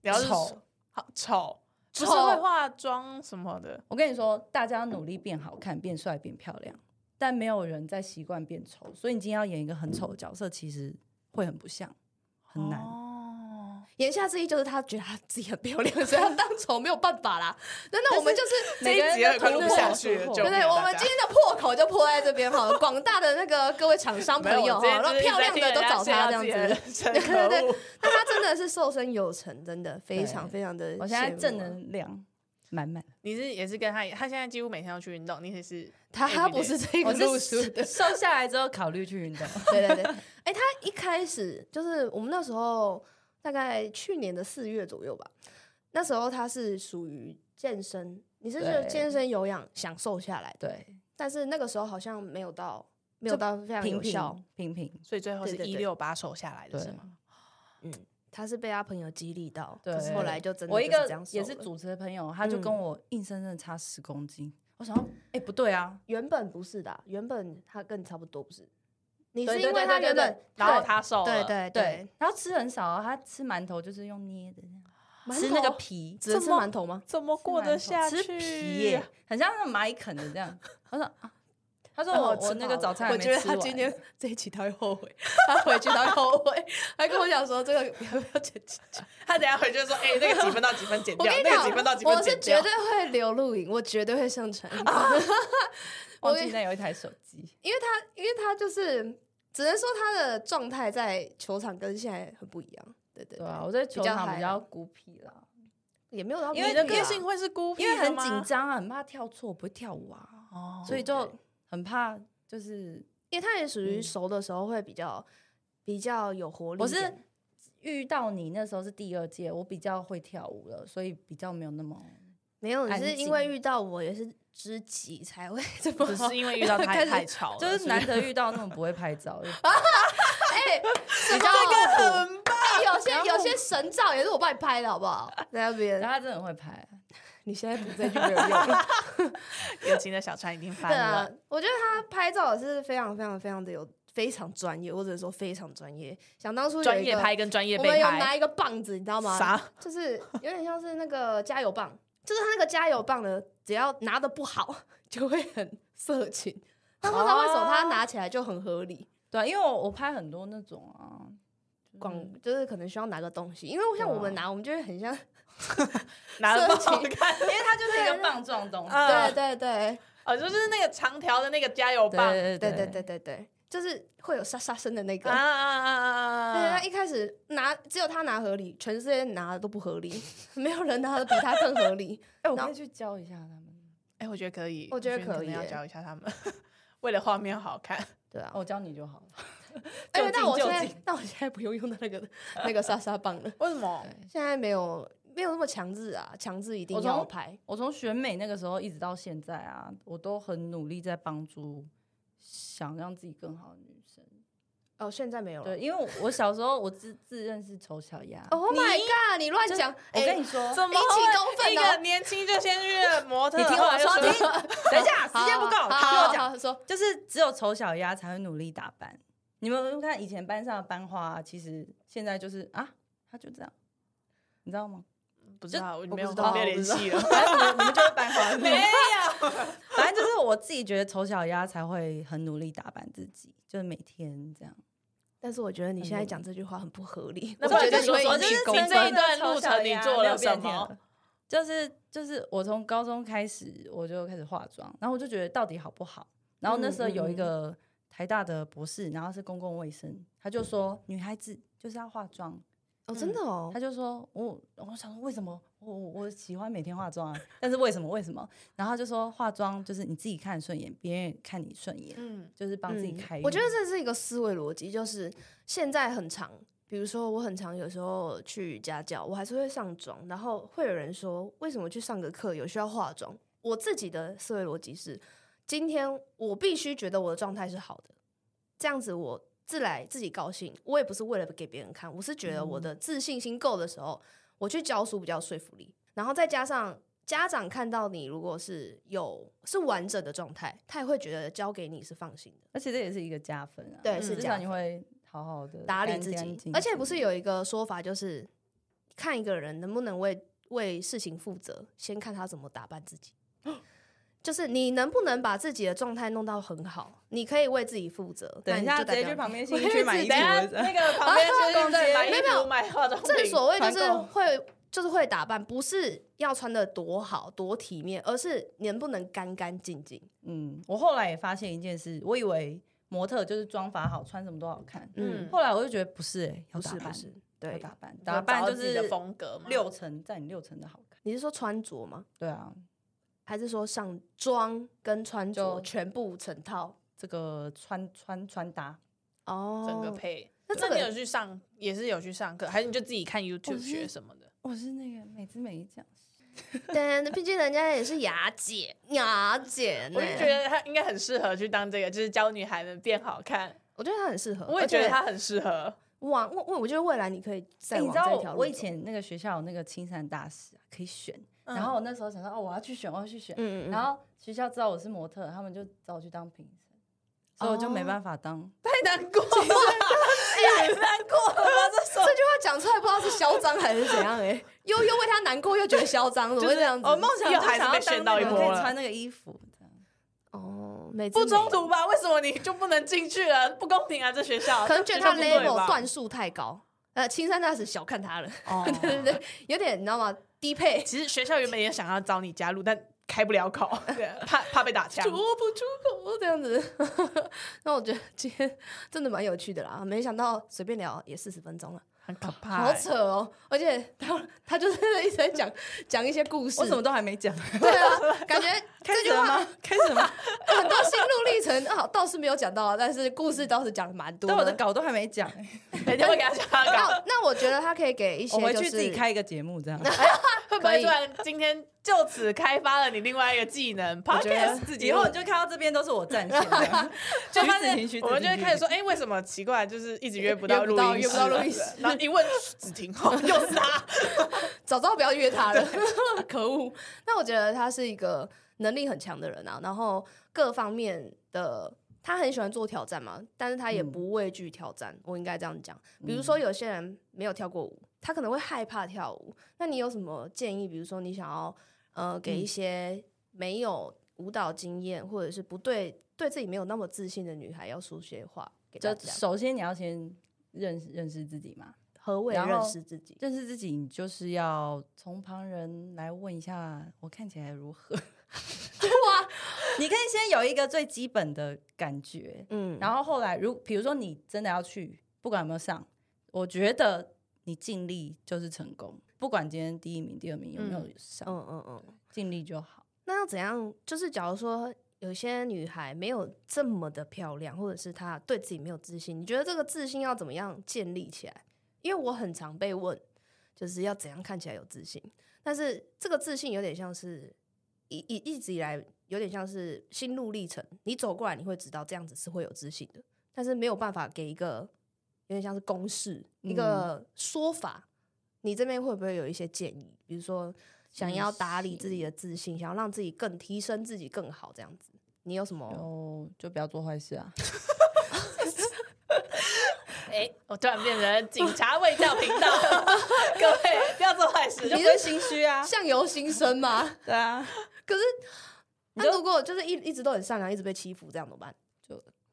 S1: 你要是
S3: 丑，
S1: 好丑，不是
S2: 丑
S1: 会化妆什么的，
S3: 我跟你说，大家努力变好看、变帅、变漂亮，但没有人在习惯变丑，所以你今天要演一个很丑的角色，其实会很不像，很难。
S1: 哦，
S2: 言下之意就是她觉得她自己很漂亮，所以她当丑没有办法啦。 [LAUGHS] 那那我
S3: [LAUGHS]
S2: 们就是
S1: 这
S3: 每
S1: 一
S3: 个人
S1: 集也
S3: 的
S1: 快
S3: 突
S1: 录不
S3: 破
S1: 下
S3: 突
S1: 去了
S3: 破
S1: 就
S2: 对对，我们今天的破口就破在这边好了。广大的那个各位厂商朋
S1: 没有
S2: 友
S1: 我
S2: 哈，
S1: 今天
S2: 然后
S1: 就是一直在
S2: 漂亮
S1: 听
S2: 的
S1: 人
S2: 都
S1: 家
S2: 找
S1: 炫
S2: 他
S1: 耀
S2: 这样
S1: 自己的
S2: 子。
S1: 人生，
S2: 对
S1: 可 [LAUGHS]
S2: 对对
S1: 恶。
S2: 那他真的是瘦身有成，真的非常非常的。
S3: 我现在正，能量满满。
S1: 你是也是跟他一，他现在几乎每天要去运动，你也是
S2: 他他不是这个
S3: 我
S2: 路
S3: 是
S2: 数的。
S3: 瘦下来之后考虑去运动。
S2: [LAUGHS] 对对对，哎，他一开始就是我们那时候大概去年的四月左右吧，那时候他是属于健身，你是
S3: 对
S2: 健身有氧想瘦下来的，
S3: 对，
S2: 但是那个时候好像没有到没有到非常
S3: 平
S2: 有效。
S3: 平平平，
S1: 所以最后是
S2: 对对
S1: 一
S2: 对
S1: 六八瘦下来的
S3: 对
S1: 是吗？
S2: 他是被他朋友激励到，
S3: 对
S2: 可是后来就真的
S3: 我一
S2: 就是
S3: 个
S2: 这样瘦
S3: 也是
S2: 了
S3: 主持的朋友，他就跟
S2: 嗯
S3: 我硬生生差十公斤。我想说，哎，不对啊，
S2: 原本不是的啊、原本他跟你差不多不是，你
S3: 对
S2: 是因
S3: 对
S2: 为
S3: 对
S2: 他
S3: 对
S2: 原
S3: 对
S2: 本
S1: 然后
S2: 对
S1: 他瘦了，
S2: 对对
S3: 对
S2: 对，
S3: 然后吃很少啊，他吃馒头就是用捏的这样，
S2: 馒
S3: 吃那个
S2: 头
S3: 皮，
S2: 只能吃
S1: 这么
S2: 馒头吗？
S1: 怎么过得下去？
S3: 吃皮
S1: [LAUGHS]
S3: 耶，很像那蚂蚁啃的这样。我说啊，他说
S2: 那
S3: 我
S2: 我吃
S3: 我那
S2: 饱
S3: 个
S2: 了
S3: 早餐还
S4: 我
S3: 没
S4: 觉得
S3: 吃
S4: 他
S3: 完。
S4: 今天这一期他会后悔，
S2: [LAUGHS]
S4: 他回去他会后悔，他跟我讲说这个要不要剪辑？
S1: 他等一下回去就说：“哎、那个几分到几分减
S2: 我
S1: 掉
S2: 跟你，
S1: 那个
S2: 讲
S1: 几分到，几
S2: 我
S1: 分
S2: 是
S1: 减掉。
S2: 绝对会留录影，我绝对会上 [LAUGHS] 传，
S3: 忘
S2: 我
S3: 记那有一台手机，
S2: 因为他因为他就是只能说他的状态在球场跟现在很不一样，对 [LAUGHS] 对
S3: 对啊，我在球
S2: 比较
S3: 场
S2: 嗨
S3: 比较孤僻啦，
S2: 也没有到
S1: 因
S2: 孤
S1: 为
S2: 僻啊
S1: 你的个性会是孤僻
S3: 因为
S1: 的
S3: 很
S1: 吗
S3: 紧，张啊，很怕跳错，我不会跳舞啊，
S1: 哦
S3: 所以就很怕就是
S2: 因为他也属于
S3: 嗯
S2: 熟的时候会比较比较有活力
S3: 我
S2: 一点。
S3: 是遇到你那时候是第二届，我比较会跳舞了，所以比较没有那么
S2: 没有，你
S3: 安
S2: 是因
S3: 静
S2: 为遇到我也是知己才会 [LAUGHS] 这
S1: [LAUGHS]
S2: 么
S1: 只是因为遇到他
S3: 开始
S1: 太吵了，
S3: 就是
S1: 所以
S3: 难得遇到那种不会拍照的。
S2: 哎，这个很棒。有些有些神照也是我帮你拍的，好不好？在那
S3: 然
S2: 边，
S3: 后他真的很会拍，
S2: 你现在不在就没有用了。
S1: [LAUGHS] 友情的小船已经翻
S2: 对啊
S1: 了。，
S2: 我觉得他拍照也是非常非常非常的有非常专业，或者说非常专业。想当初有一个
S1: 专业拍，跟专业
S2: 我们
S1: 被
S2: 有
S1: 拍
S2: 拿一个棒子，你知道吗？
S1: 啥？
S2: 就是有点像是那个加油棒，就是他那个加油棒呢，只要拿的不好就会很色情。但不知道为什么
S1: 哦
S2: 他拿起来就很合理。
S3: 对啊，因为我我拍很多那种啊，
S1: 嗯
S2: 广就是可能需要拿个东西，因为像我们拿，我们就会很像，
S1: 拿的不好看，
S3: 因为它就是一个棒状东西。
S1: 啊
S2: 对对对
S1: 哦，就是那个长条的那个加油棒
S2: 对
S3: 对对
S2: 对
S3: 对
S2: 对对对，就是会有沙沙声的那个
S1: 啊。啊啊
S2: 对，
S1: 啊啊
S2: 他
S1: 啊！
S2: 一开始拿只有他拿合理，全世界拿的都不合理， [LAUGHS] 没有人拿的比他更合理。
S3: 哎，我
S2: 然后
S3: 可以去教一下他们。
S1: 哎，我觉得可以，
S2: 我觉得
S1: 你
S2: 可
S1: 能
S2: 以
S1: 要
S2: 耶
S1: 教一下他们， [LAUGHS] 为了画面好看。
S2: 对啊，
S3: 哦我教你就好了。
S2: 哎
S3: 就，
S2: 但
S3: 近
S2: 我
S3: 就
S2: 现在
S3: 近
S2: 但我现在不用用到那个那个沙沙棒了，
S1: 为什么？
S2: 现在没有没有那么强制啊，强制一定
S3: 我
S2: 要
S3: 从
S2: 拍。
S3: 我从选美那个时候一直到现在啊，我都很努力在帮助想让自己更好的女生。
S2: 哦，现在没有了
S3: 对，。因为我我小时候我自自认是丑小鸭。
S2: Oh my god！你乱
S3: 就是
S2: 讲，
S3: 我
S2: 哎
S3: 跟你说，
S1: 怎么
S2: 引起公
S1: 会
S2: 愤
S1: 一
S2: 哦
S1: 个年轻就先去模特？啊
S3: 你听我说，
S1: 然后又
S3: 听，等一下，时间不够，
S2: [LAUGHS] 好啊
S3: 听
S2: 好
S3: 我讲，
S2: 好说。
S3: 就是只有丑小鸭才会努力打扮。你们看以前班上的班花啊、其实现在就是啊，她就这样，你知道吗？
S1: 不知道，我没有
S2: 知道
S1: 没有联系了。
S3: 反正你们你们就是班花，
S1: 没有，
S3: [LAUGHS] 反正就是我自己觉得丑小鸭才会很努力打扮自己，就是每天这样。
S2: 但是我觉得你
S3: 很
S2: 现在
S3: 努力
S2: 讲这句话很不合理，
S1: 那
S2: 我
S1: 不然
S2: 觉得
S1: 就
S2: 你会
S1: 说
S2: 引
S1: 就
S2: 起
S1: 是
S2: 公
S1: 你
S2: 愤
S1: 这一段路程
S2: 啊
S1: 你做了什么？
S3: 就是就是我从高中开始我就开始化妆，然后我就觉得到底好不好？然后那
S2: 嗯
S3: 时候有一个台大的博士，然后是公共卫生，他就说女孩子就是要化妆，
S2: 哦，真的哦
S3: 他，就说我我想说为什么我我我喜欢每天化妆啊，但是为什么为什么？然后他就说化妆就是你自己看顺眼，别人也看你顺眼，
S1: 嗯，
S3: 就是帮自己
S2: 嗯
S3: 开运。
S2: 我觉得这是一个思维逻辑，就是现在很长，比如说我很常有时候去家教，我还是会上妆，然后会有人说为什么去上个课有需要化妆？我自己的思维逻辑是，今天我必须觉得我的状态是好的，这样子我自来自己高兴，我也不是为了给别人看，我是觉得我
S3: 嗯
S2: 的自信心够的时候，我去教书比较有说服力，然后再加上。家长看到你如果是有是完整的状态，他也会觉得交给你是放心的。
S3: 而且这也是一个加分啊，
S2: 对
S1: 嗯
S2: 是
S1: 至
S3: 至
S2: 这样
S3: 少你会好好的
S2: 打理自己，而且不是有一个说法，就是看一个人能不能为为事情负责，先看他怎么打扮自己。
S3: 哦
S2: 就是你能不能把自己的状态弄到很好，你可以为自己负责。那
S3: 等一
S2: 你
S3: 下
S2: 就
S3: 直接
S2: 代表
S3: 去旁边 [LAUGHS]
S1: 我
S3: 新
S1: 也
S3: 去
S1: 是
S3: 买
S1: 等
S3: 衣
S1: 一
S3: 服
S1: 下
S2: [LAUGHS]
S3: 了是
S1: [LAUGHS]
S3: 吧，
S1: 那个旁边就是对买
S2: 没
S1: 衣
S2: 有
S1: 服、买化妆品，
S2: 正所谓就是
S3: 团购
S2: 会，就是会打扮，不是要穿的多好多体面，而是能不能干干净净。
S3: 嗯，我后来也发现一件事，我以为模特就是妆法好，穿什么都好看，
S1: 嗯
S2: 嗯，
S3: 后来我就觉得不是、欸，
S2: 不
S3: 要
S2: 是
S3: 打
S2: 不
S3: 扮，
S2: 是，
S3: 要
S2: 对
S3: 打，扮，
S1: 你说
S3: 打扮
S1: 找到
S3: 就
S1: 自己的
S3: 是
S1: 风格嘛。
S3: 六成占你六成的好看，
S2: 你是说穿着吗？
S3: 对啊，
S2: 还是说上妆跟穿着
S3: 就
S2: 全部成套？
S3: 这个穿穿穿搭，
S2: 哦，
S1: 整个配。
S2: 那这
S1: 那
S2: 个
S1: 你有去上，也是有去上课，还是你就自己看 YouTube
S3: 是
S1: 学什么的？
S3: 我是那个美姿美仪奖，
S2: 但毕竟人家也是雅姐，雅姐呢，
S1: 我就觉得他应该很适合去当这个，就是教女孩们变好看。
S2: 我觉得她很适合，
S1: 我也觉得他很适合。
S2: 往我我我觉得未来你可以
S3: 哎
S2: 再
S3: 你
S2: 往
S3: 知道
S2: 这条
S3: 我
S2: 路
S3: 我以
S2: 走
S3: 前那个学校有那个青山大使啊，可以选，然后我那时候想说哦，我要去选，我要去选，
S2: 嗯嗯嗯，
S3: 然后学校知道我是模特，他们就找我去当评审，所以我就没办法当。
S4: 太难
S2: [LAUGHS]
S4: 过了，
S2: 哎呀，难过了吗？这这句话讲出来，不知道是嚣张还是怎样哎、 [LAUGHS] 又又为他难过，又觉得嚣张，怎么会这样子？
S1: 我梦想
S3: 又
S1: 还是被炫到一波
S3: 可以
S1: 了
S3: 穿。那个衣服，这样
S2: 哦，每次
S1: 不冲
S2: 每，
S1: 突吧？为什么你就不能进去了？不公平啊！这学校
S2: 可能觉得他
S1: 这学校不对吧
S2: level 段数太高，呃，青山大使小看他了，
S3: 哦
S2: 对 [LAUGHS] 对对，有点你知道吗？低配。
S1: 其实学校原本也想要找你加入，但开不了口，
S2: [LAUGHS]
S1: 对怕怕被打枪
S4: 说。不出口。
S2: 哦这样子， [LAUGHS] 那我觉得今天真的蛮有趣的啦，没想到随便聊也四十分钟了，
S1: 很可怕、欸
S2: 好扯哦！而且他他就是一直在
S3: [LAUGHS]
S2: 讲讲一些故事，
S3: 我什么都还没讲，
S2: 对啊，感觉
S3: [LAUGHS]
S2: 这
S3: 开始
S2: 句
S3: 了
S2: 话
S3: 吗？开始了吗？
S2: 很多心路历程啊，倒是没有讲到啊，但是故事倒是讲的蛮多
S3: 但我的
S2: 的。
S3: 稿都还没讲，
S1: 每天会给他加稿，
S2: 那那我觉得他可以给一些、
S3: 我
S2: 就是，
S3: 回去自己开一个节目 [LAUGHS] 这样。
S1: 会不
S2: [LAUGHS] 可
S1: 会
S2: 以
S1: 突然今天就此开发了你另外一个技能
S2: 我觉得
S1: ？Podcast 自己
S3: 以后你就看到这边都是我站线这 [LAUGHS] 样，
S1: 就发
S3: 徐子
S1: 现
S3: 婷
S1: 我们就会开始说，哎、为什么奇怪，就是一直约不到
S2: 约不
S1: 录
S2: 到
S1: 音
S2: 约
S1: 室，
S2: 不到录音室
S1: [LAUGHS] 然后一问只停，
S2: [LAUGHS]
S1: 又是他，
S2: 早知道不要约他了， [LAUGHS] 可恶。那我觉得他是一个能力很强的人啊，然后各方面的他很喜欢做挑战嘛，但是他也
S3: 嗯
S2: 不畏惧挑战，我应该这样讲。比如说有些人没有跳过舞，他可能会害怕跳舞，那你有什么建议？比如说你想要呃给一些没有舞蹈经验或者是不对对自己没有那么自信的女孩要说些话给大
S3: [LAUGHS] 就
S2: 家，
S3: 首先你要先认识认识自己嘛，
S2: 何谓
S3: 然后
S2: 认识自己？
S3: 认识自己，你就是要从旁人来问一下，我看起来如 [LAUGHS] 何？哇，你可以先有一个最基本的感觉，
S2: 嗯，
S3: 然后后来如比如说你真的要去，不管有没有上，我觉得你尽力就是成功，不管今天第一名、第二名有没有上，
S2: 嗯嗯嗯。
S3: 尽力就好。
S2: 那要怎样？就是假如说有些女孩没有这么的漂亮，或者是她对自己没有自信，你觉得这个自信要怎么样建立起来？因为我很常被问，就是要怎样看起来有自信，但是这个自信有点像是一一一直以来有点像是心路历程，你走过来你会知道这样子是会有自信的，但是没有办法给一个有点像是公式、一个说法。你这边会不会有一些建议？比如说
S3: 嗯
S2: 想要打理自己的自信，想要让自己更提升自己更好，这样子，你有什
S3: 然
S2: 么？
S3: 后哦就不要做坏事 [LAUGHS] 啊！
S1: 哎、我突然变成警察卫教频
S2: [LAUGHS]
S1: 道，各位不要做坏事，
S3: 你
S1: 就
S3: 就不会心虚 [LAUGHS] 啊？
S2: 相由心生嘛。
S3: [LAUGHS] 对啊，
S2: [LAUGHS] 可是，那
S3: 你就
S2: 如果就是一一直都很善良，一直被欺负，这样怎么办？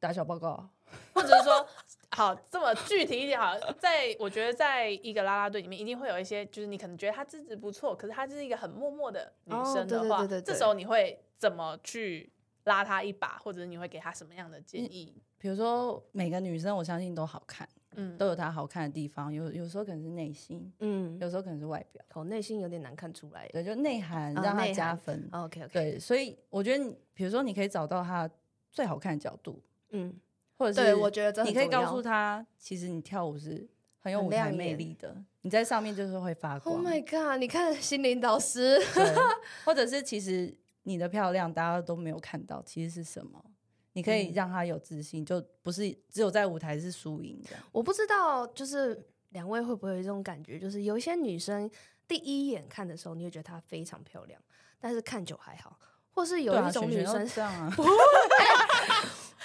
S3: 打小报告啊，
S1: 或者是说， [LAUGHS] 好，这么具体一点好了，在我觉得，在一个啦啦队里面，一定会有一些，就是你可能觉得她资质不错，可是她就是一个很默默的女生的话，
S2: 哦对对对对对
S1: 这时候你会怎么去拉她一把，或者你会给她什么样的建议？
S3: 比如说每个女生，我相信都好看，
S1: 嗯，
S3: 都有她好看的地方。有有时候可能是内心，
S2: 嗯，
S3: 有时候可能是外表，
S2: 我内心有点难看出来。
S3: 对，就哦内涵
S2: 啊
S3: 让她
S2: 内
S3: 加
S2: 涵
S3: 分。
S2: OK OK，
S3: 对，所以我觉得你，比如说你可以找到她最好看的角度，
S2: 嗯，
S3: 或者
S2: 对，
S3: 是
S2: 我觉得这
S3: 你
S2: 很
S3: 可以
S2: 重要
S3: 告诉她，其实你跳舞是很有
S2: 很
S3: 舞台
S2: 亮
S3: 魅
S2: 眼
S3: 力的，你在上面就是会发
S2: [LAUGHS]
S3: 光。
S2: Oh my god！你看 [LAUGHS] 心灵导师，
S3: 对，或者是其实你的漂亮大家都没有看到，其实是什么？你可
S2: 嗯
S3: 以让她有自信，就不是只有在舞台是输赢这样。
S2: 我不知道就是两位会不会有一种感觉，就是有一些女生第一眼看的时候，你会觉得她非常漂亮，但是看久还好，或是有
S3: 对啊
S2: 一种
S3: 璇
S2: 女
S3: 璇都
S2: 生
S3: 这
S2: [LAUGHS]
S3: 样啊，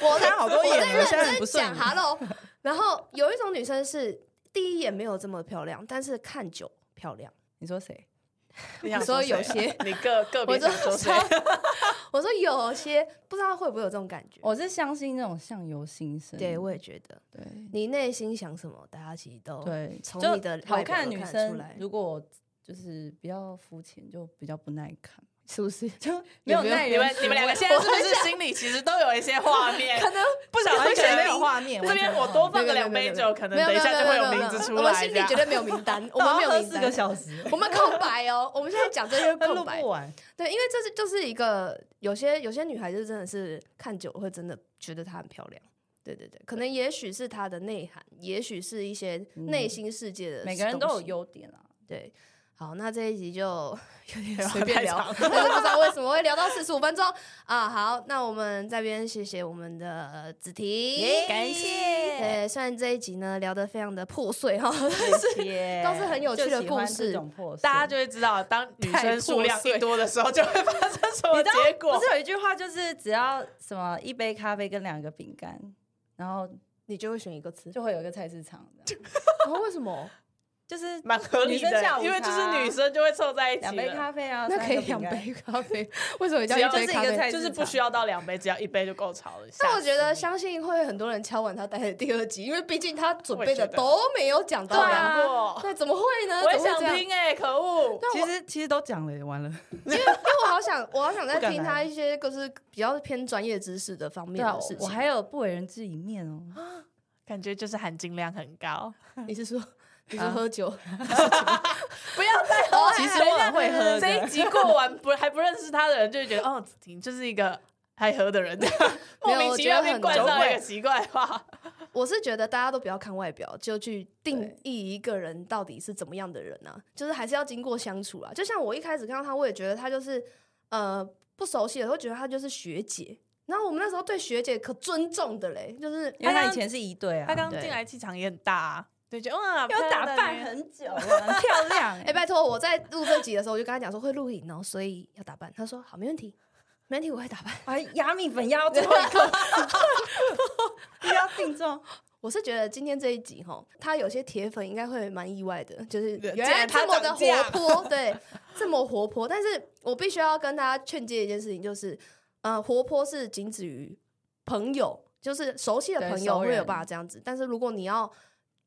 S2: 我在
S3: 看好多眼
S2: 我在
S3: 了现在很
S2: 认
S3: 不
S2: 真
S3: 顺眼
S2: 讲 hello。然后有一种女生是第一眼没有这么漂亮，但是看久漂亮。
S3: 你说谁？
S1: 你想
S2: 说有
S1: 谁
S2: 些，
S1: 你个个
S2: 我
S1: 别
S2: 就
S1: 想说谁
S2: 说？，我说有些不知道会不会有这种感觉。
S3: 我是相信那种相由心生。
S2: 对，我也觉得
S3: 对
S2: 你内心想什么，大家其实都
S3: 对，
S2: 从
S3: 就
S2: 你的
S3: 好
S2: 外表
S3: 看
S2: 都
S3: 的女
S2: 看得出
S3: 生
S2: 来，
S3: 如果就是比较肤浅，就比较不耐看，
S2: 是不是？
S3: [LAUGHS]
S2: [LAUGHS]
S3: 就没有
S2: 有没有
S3: 耐
S1: 你们你
S3: 人寻
S1: 们两个
S3: 味
S1: 现在
S3: [LAUGHS]
S1: 是不是心里其实都有一些画面？可能不小
S3: 完
S1: 心
S3: 全没
S1: 可
S3: 有
S1: 能
S3: 画面，
S1: 这
S3: 完全
S1: 边
S3: 没有
S1: 我
S3: 画
S1: 多
S3: 面
S1: 放个两杯酒，可能等一下就会有名字出
S2: 我们
S1: 来。
S2: 心
S1: 这
S2: 里
S1: 样
S2: 绝对没有
S1: [LAUGHS]
S2: 名单，我们没有
S3: 然后喝
S2: 名
S3: 四个
S2: 单，
S3: 小时，
S2: 我们空白哦。我们现在讲
S1: [LAUGHS]
S2: 这就是
S3: 都录
S2: 空白
S3: 不，完。
S2: 对，因为这是就是一个有些有些女孩子真的是看久了会真的觉得她很漂亮。对对对，可能也许是她的内涵，也许是一些内心世界的、
S3: [LAUGHS] 每个人都有。优点啊，
S2: 对，好，那这一集就 [LAUGHS] 有点
S1: 随便聊
S2: 太长了不知道为什么会聊到四十五分钟啊。好，那我们这边谢谢我们的呃子婷
S3: 耶感谢
S2: 呃，虽然这一集呢聊得非常的破碎哈，
S3: 啊谢谢
S2: 都是很有趣的故事
S3: 就喜欢这种破碎
S1: 大家就会知道，当女生数量一多的时候，就会发生什么
S3: 你知道
S1: 结果
S3: 不。是有一句话就是只要什么一杯咖啡跟两个饼干，然后
S2: 你就会选一个词，
S3: 就会有一个菜市场的，
S2: 然后为什么？
S3: 就是
S1: 蛮合理
S3: 女生下
S1: 的，
S3: 午
S1: 因为就是
S3: 茶啊
S1: 女生就会凑在一起
S3: 两杯
S1: 了，
S3: 咖啡啊，
S2: [LAUGHS] 那可以
S3: 三
S2: 两
S3: 个饼干
S2: 杯咖啡，为什么叫
S1: 只要
S2: 一杯
S3: 就是一
S2: 咖
S3: 个
S2: 啡
S3: 菜？
S1: 就是不需要到两杯，只要一杯就够吵了。
S2: 但我
S1: 吓
S2: 觉得，相信会很多人敲完他待的第二集，因为毕竟他准备
S1: 我
S2: 的
S1: 也觉得
S2: 都没有讲
S1: 死
S2: 到
S1: 好
S3: 对
S2: 呀。
S3: 啊
S1: 难过，
S2: 对，怎么会呢？
S1: 我也
S2: 怎么会
S1: 想
S2: 这样
S1: 听哎，可恶！
S3: 其实其实都讲了，完了。
S2: 因为我好想，我好想再
S3: 不敢
S2: 听
S3: 来
S2: 他一些就是比较偏专业知识的方面
S1: 啊
S2: 的事情。
S3: 啊我还有不为人知一面哦。
S1: 感觉就是含金量很
S3: [LAUGHS]
S1: 高，
S2: [LAUGHS] 你是说你
S1: 啊
S2: 是喝酒？
S1: 不要再
S2: 哦
S1: 其实
S3: 等一下我很会喝的
S1: 这一集过完不还不认识他的人，就会觉得哦，子婷就是一个爱喝的
S3: [LAUGHS]
S1: 人，
S2: 没
S1: 莫
S2: 有
S1: 名其妙
S2: 我觉得
S1: 被
S2: 很
S1: 冠
S2: 酒
S1: 上一
S2: 鬼
S1: 个奇怪的话。
S2: 我是觉得大家都不要看外表就去定义一个人到底是怎么样的人啊，就是还是要经过相处啊。就像我一开始看到他，我也觉得他就是呃不熟悉的，会觉得他就是学姐。然后我们那时候对学姐可尊重的嘞，就是哎
S3: 因为他以前是一对啊，
S1: 他刚
S2: 对
S1: 进来气场也很大啊，对，就哇，
S3: 有打扮很久了，很 [LAUGHS] 漂亮
S2: 哎、。拜托，我在录这集的时候，我就跟他讲说会录影哦，所以要打扮。他说好，没问题，没问题，我会打扮。
S3: 还压蜜哎粉压到最后一刻， [LAUGHS] 不要定 [LAUGHS] 妆。
S2: 我是觉得今天这一集哈，他有些铁粉应该会蛮意外的，就是
S1: 对竟
S2: 原来
S1: 然他
S2: 这么的
S1: 长这样
S2: 活
S3: [LAUGHS]
S2: 泼，对，这么活泼。但是我必须要跟大家劝诫一件事情，就是，呃，活泼是仅止于朋友，就是熟悉的
S3: 对
S2: 朋友
S3: 熟
S2: 会有
S3: 人
S2: 办法这样子。但是如果你要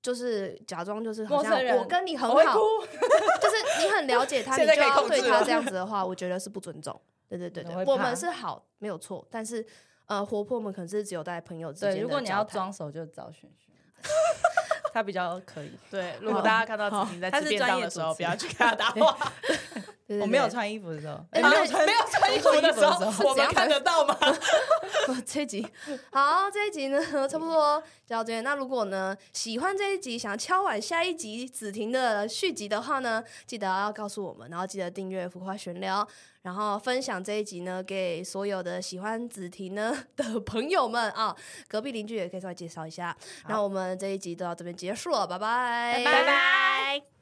S2: 就是假装就是好
S3: 陌
S2: 像
S3: 生人
S2: 我跟你很
S3: 我会
S2: 好，
S1: [LAUGHS]
S2: 就是你很了解他，你
S1: 现
S2: 就
S1: 在可以
S2: 要
S1: 控
S2: 对
S1: 制
S2: 他
S1: 了
S2: 这样子的话，我觉得是不尊重。对对对
S3: 嗯我会
S2: 对，
S3: 怕
S2: 我们是好没有错，但是呃，活泼我们可能是只有在朋友之间的
S3: 对，如果你要
S2: 交谈
S3: 装熟，就找轩轩， [LAUGHS] 他比较可以。
S1: 对，如果大家看到子婷在
S3: 他
S1: 吃
S3: 是
S1: 便
S3: 专
S1: 当
S3: 业
S1: 的
S3: 主
S1: 时候，
S3: 持
S1: 不要去跟他搭话。
S2: 对对对
S3: 我没有穿衣服的时候，
S2: 哎
S3: 哎
S2: 那
S3: 没有穿
S1: 啊没有穿衣服的时
S2: 是
S1: 候，我们
S2: 怎样
S1: 看得到 [LAUGHS] 吗？
S2: [LAUGHS] 这一集好，这一集呢 [LAUGHS] 差不多就到这边。那如果呢喜欢这一集，想敲碗下一集子婷的续集的话呢，记得要告诉我们，然哦后记得订阅《浮夸闲聊》，然后分享这一集呢给所有的喜欢子婷呢的朋友们啊，隔壁邻居也可以稍微介绍一下。那我们这一集就到这边结束了，拜拜，
S1: 拜拜。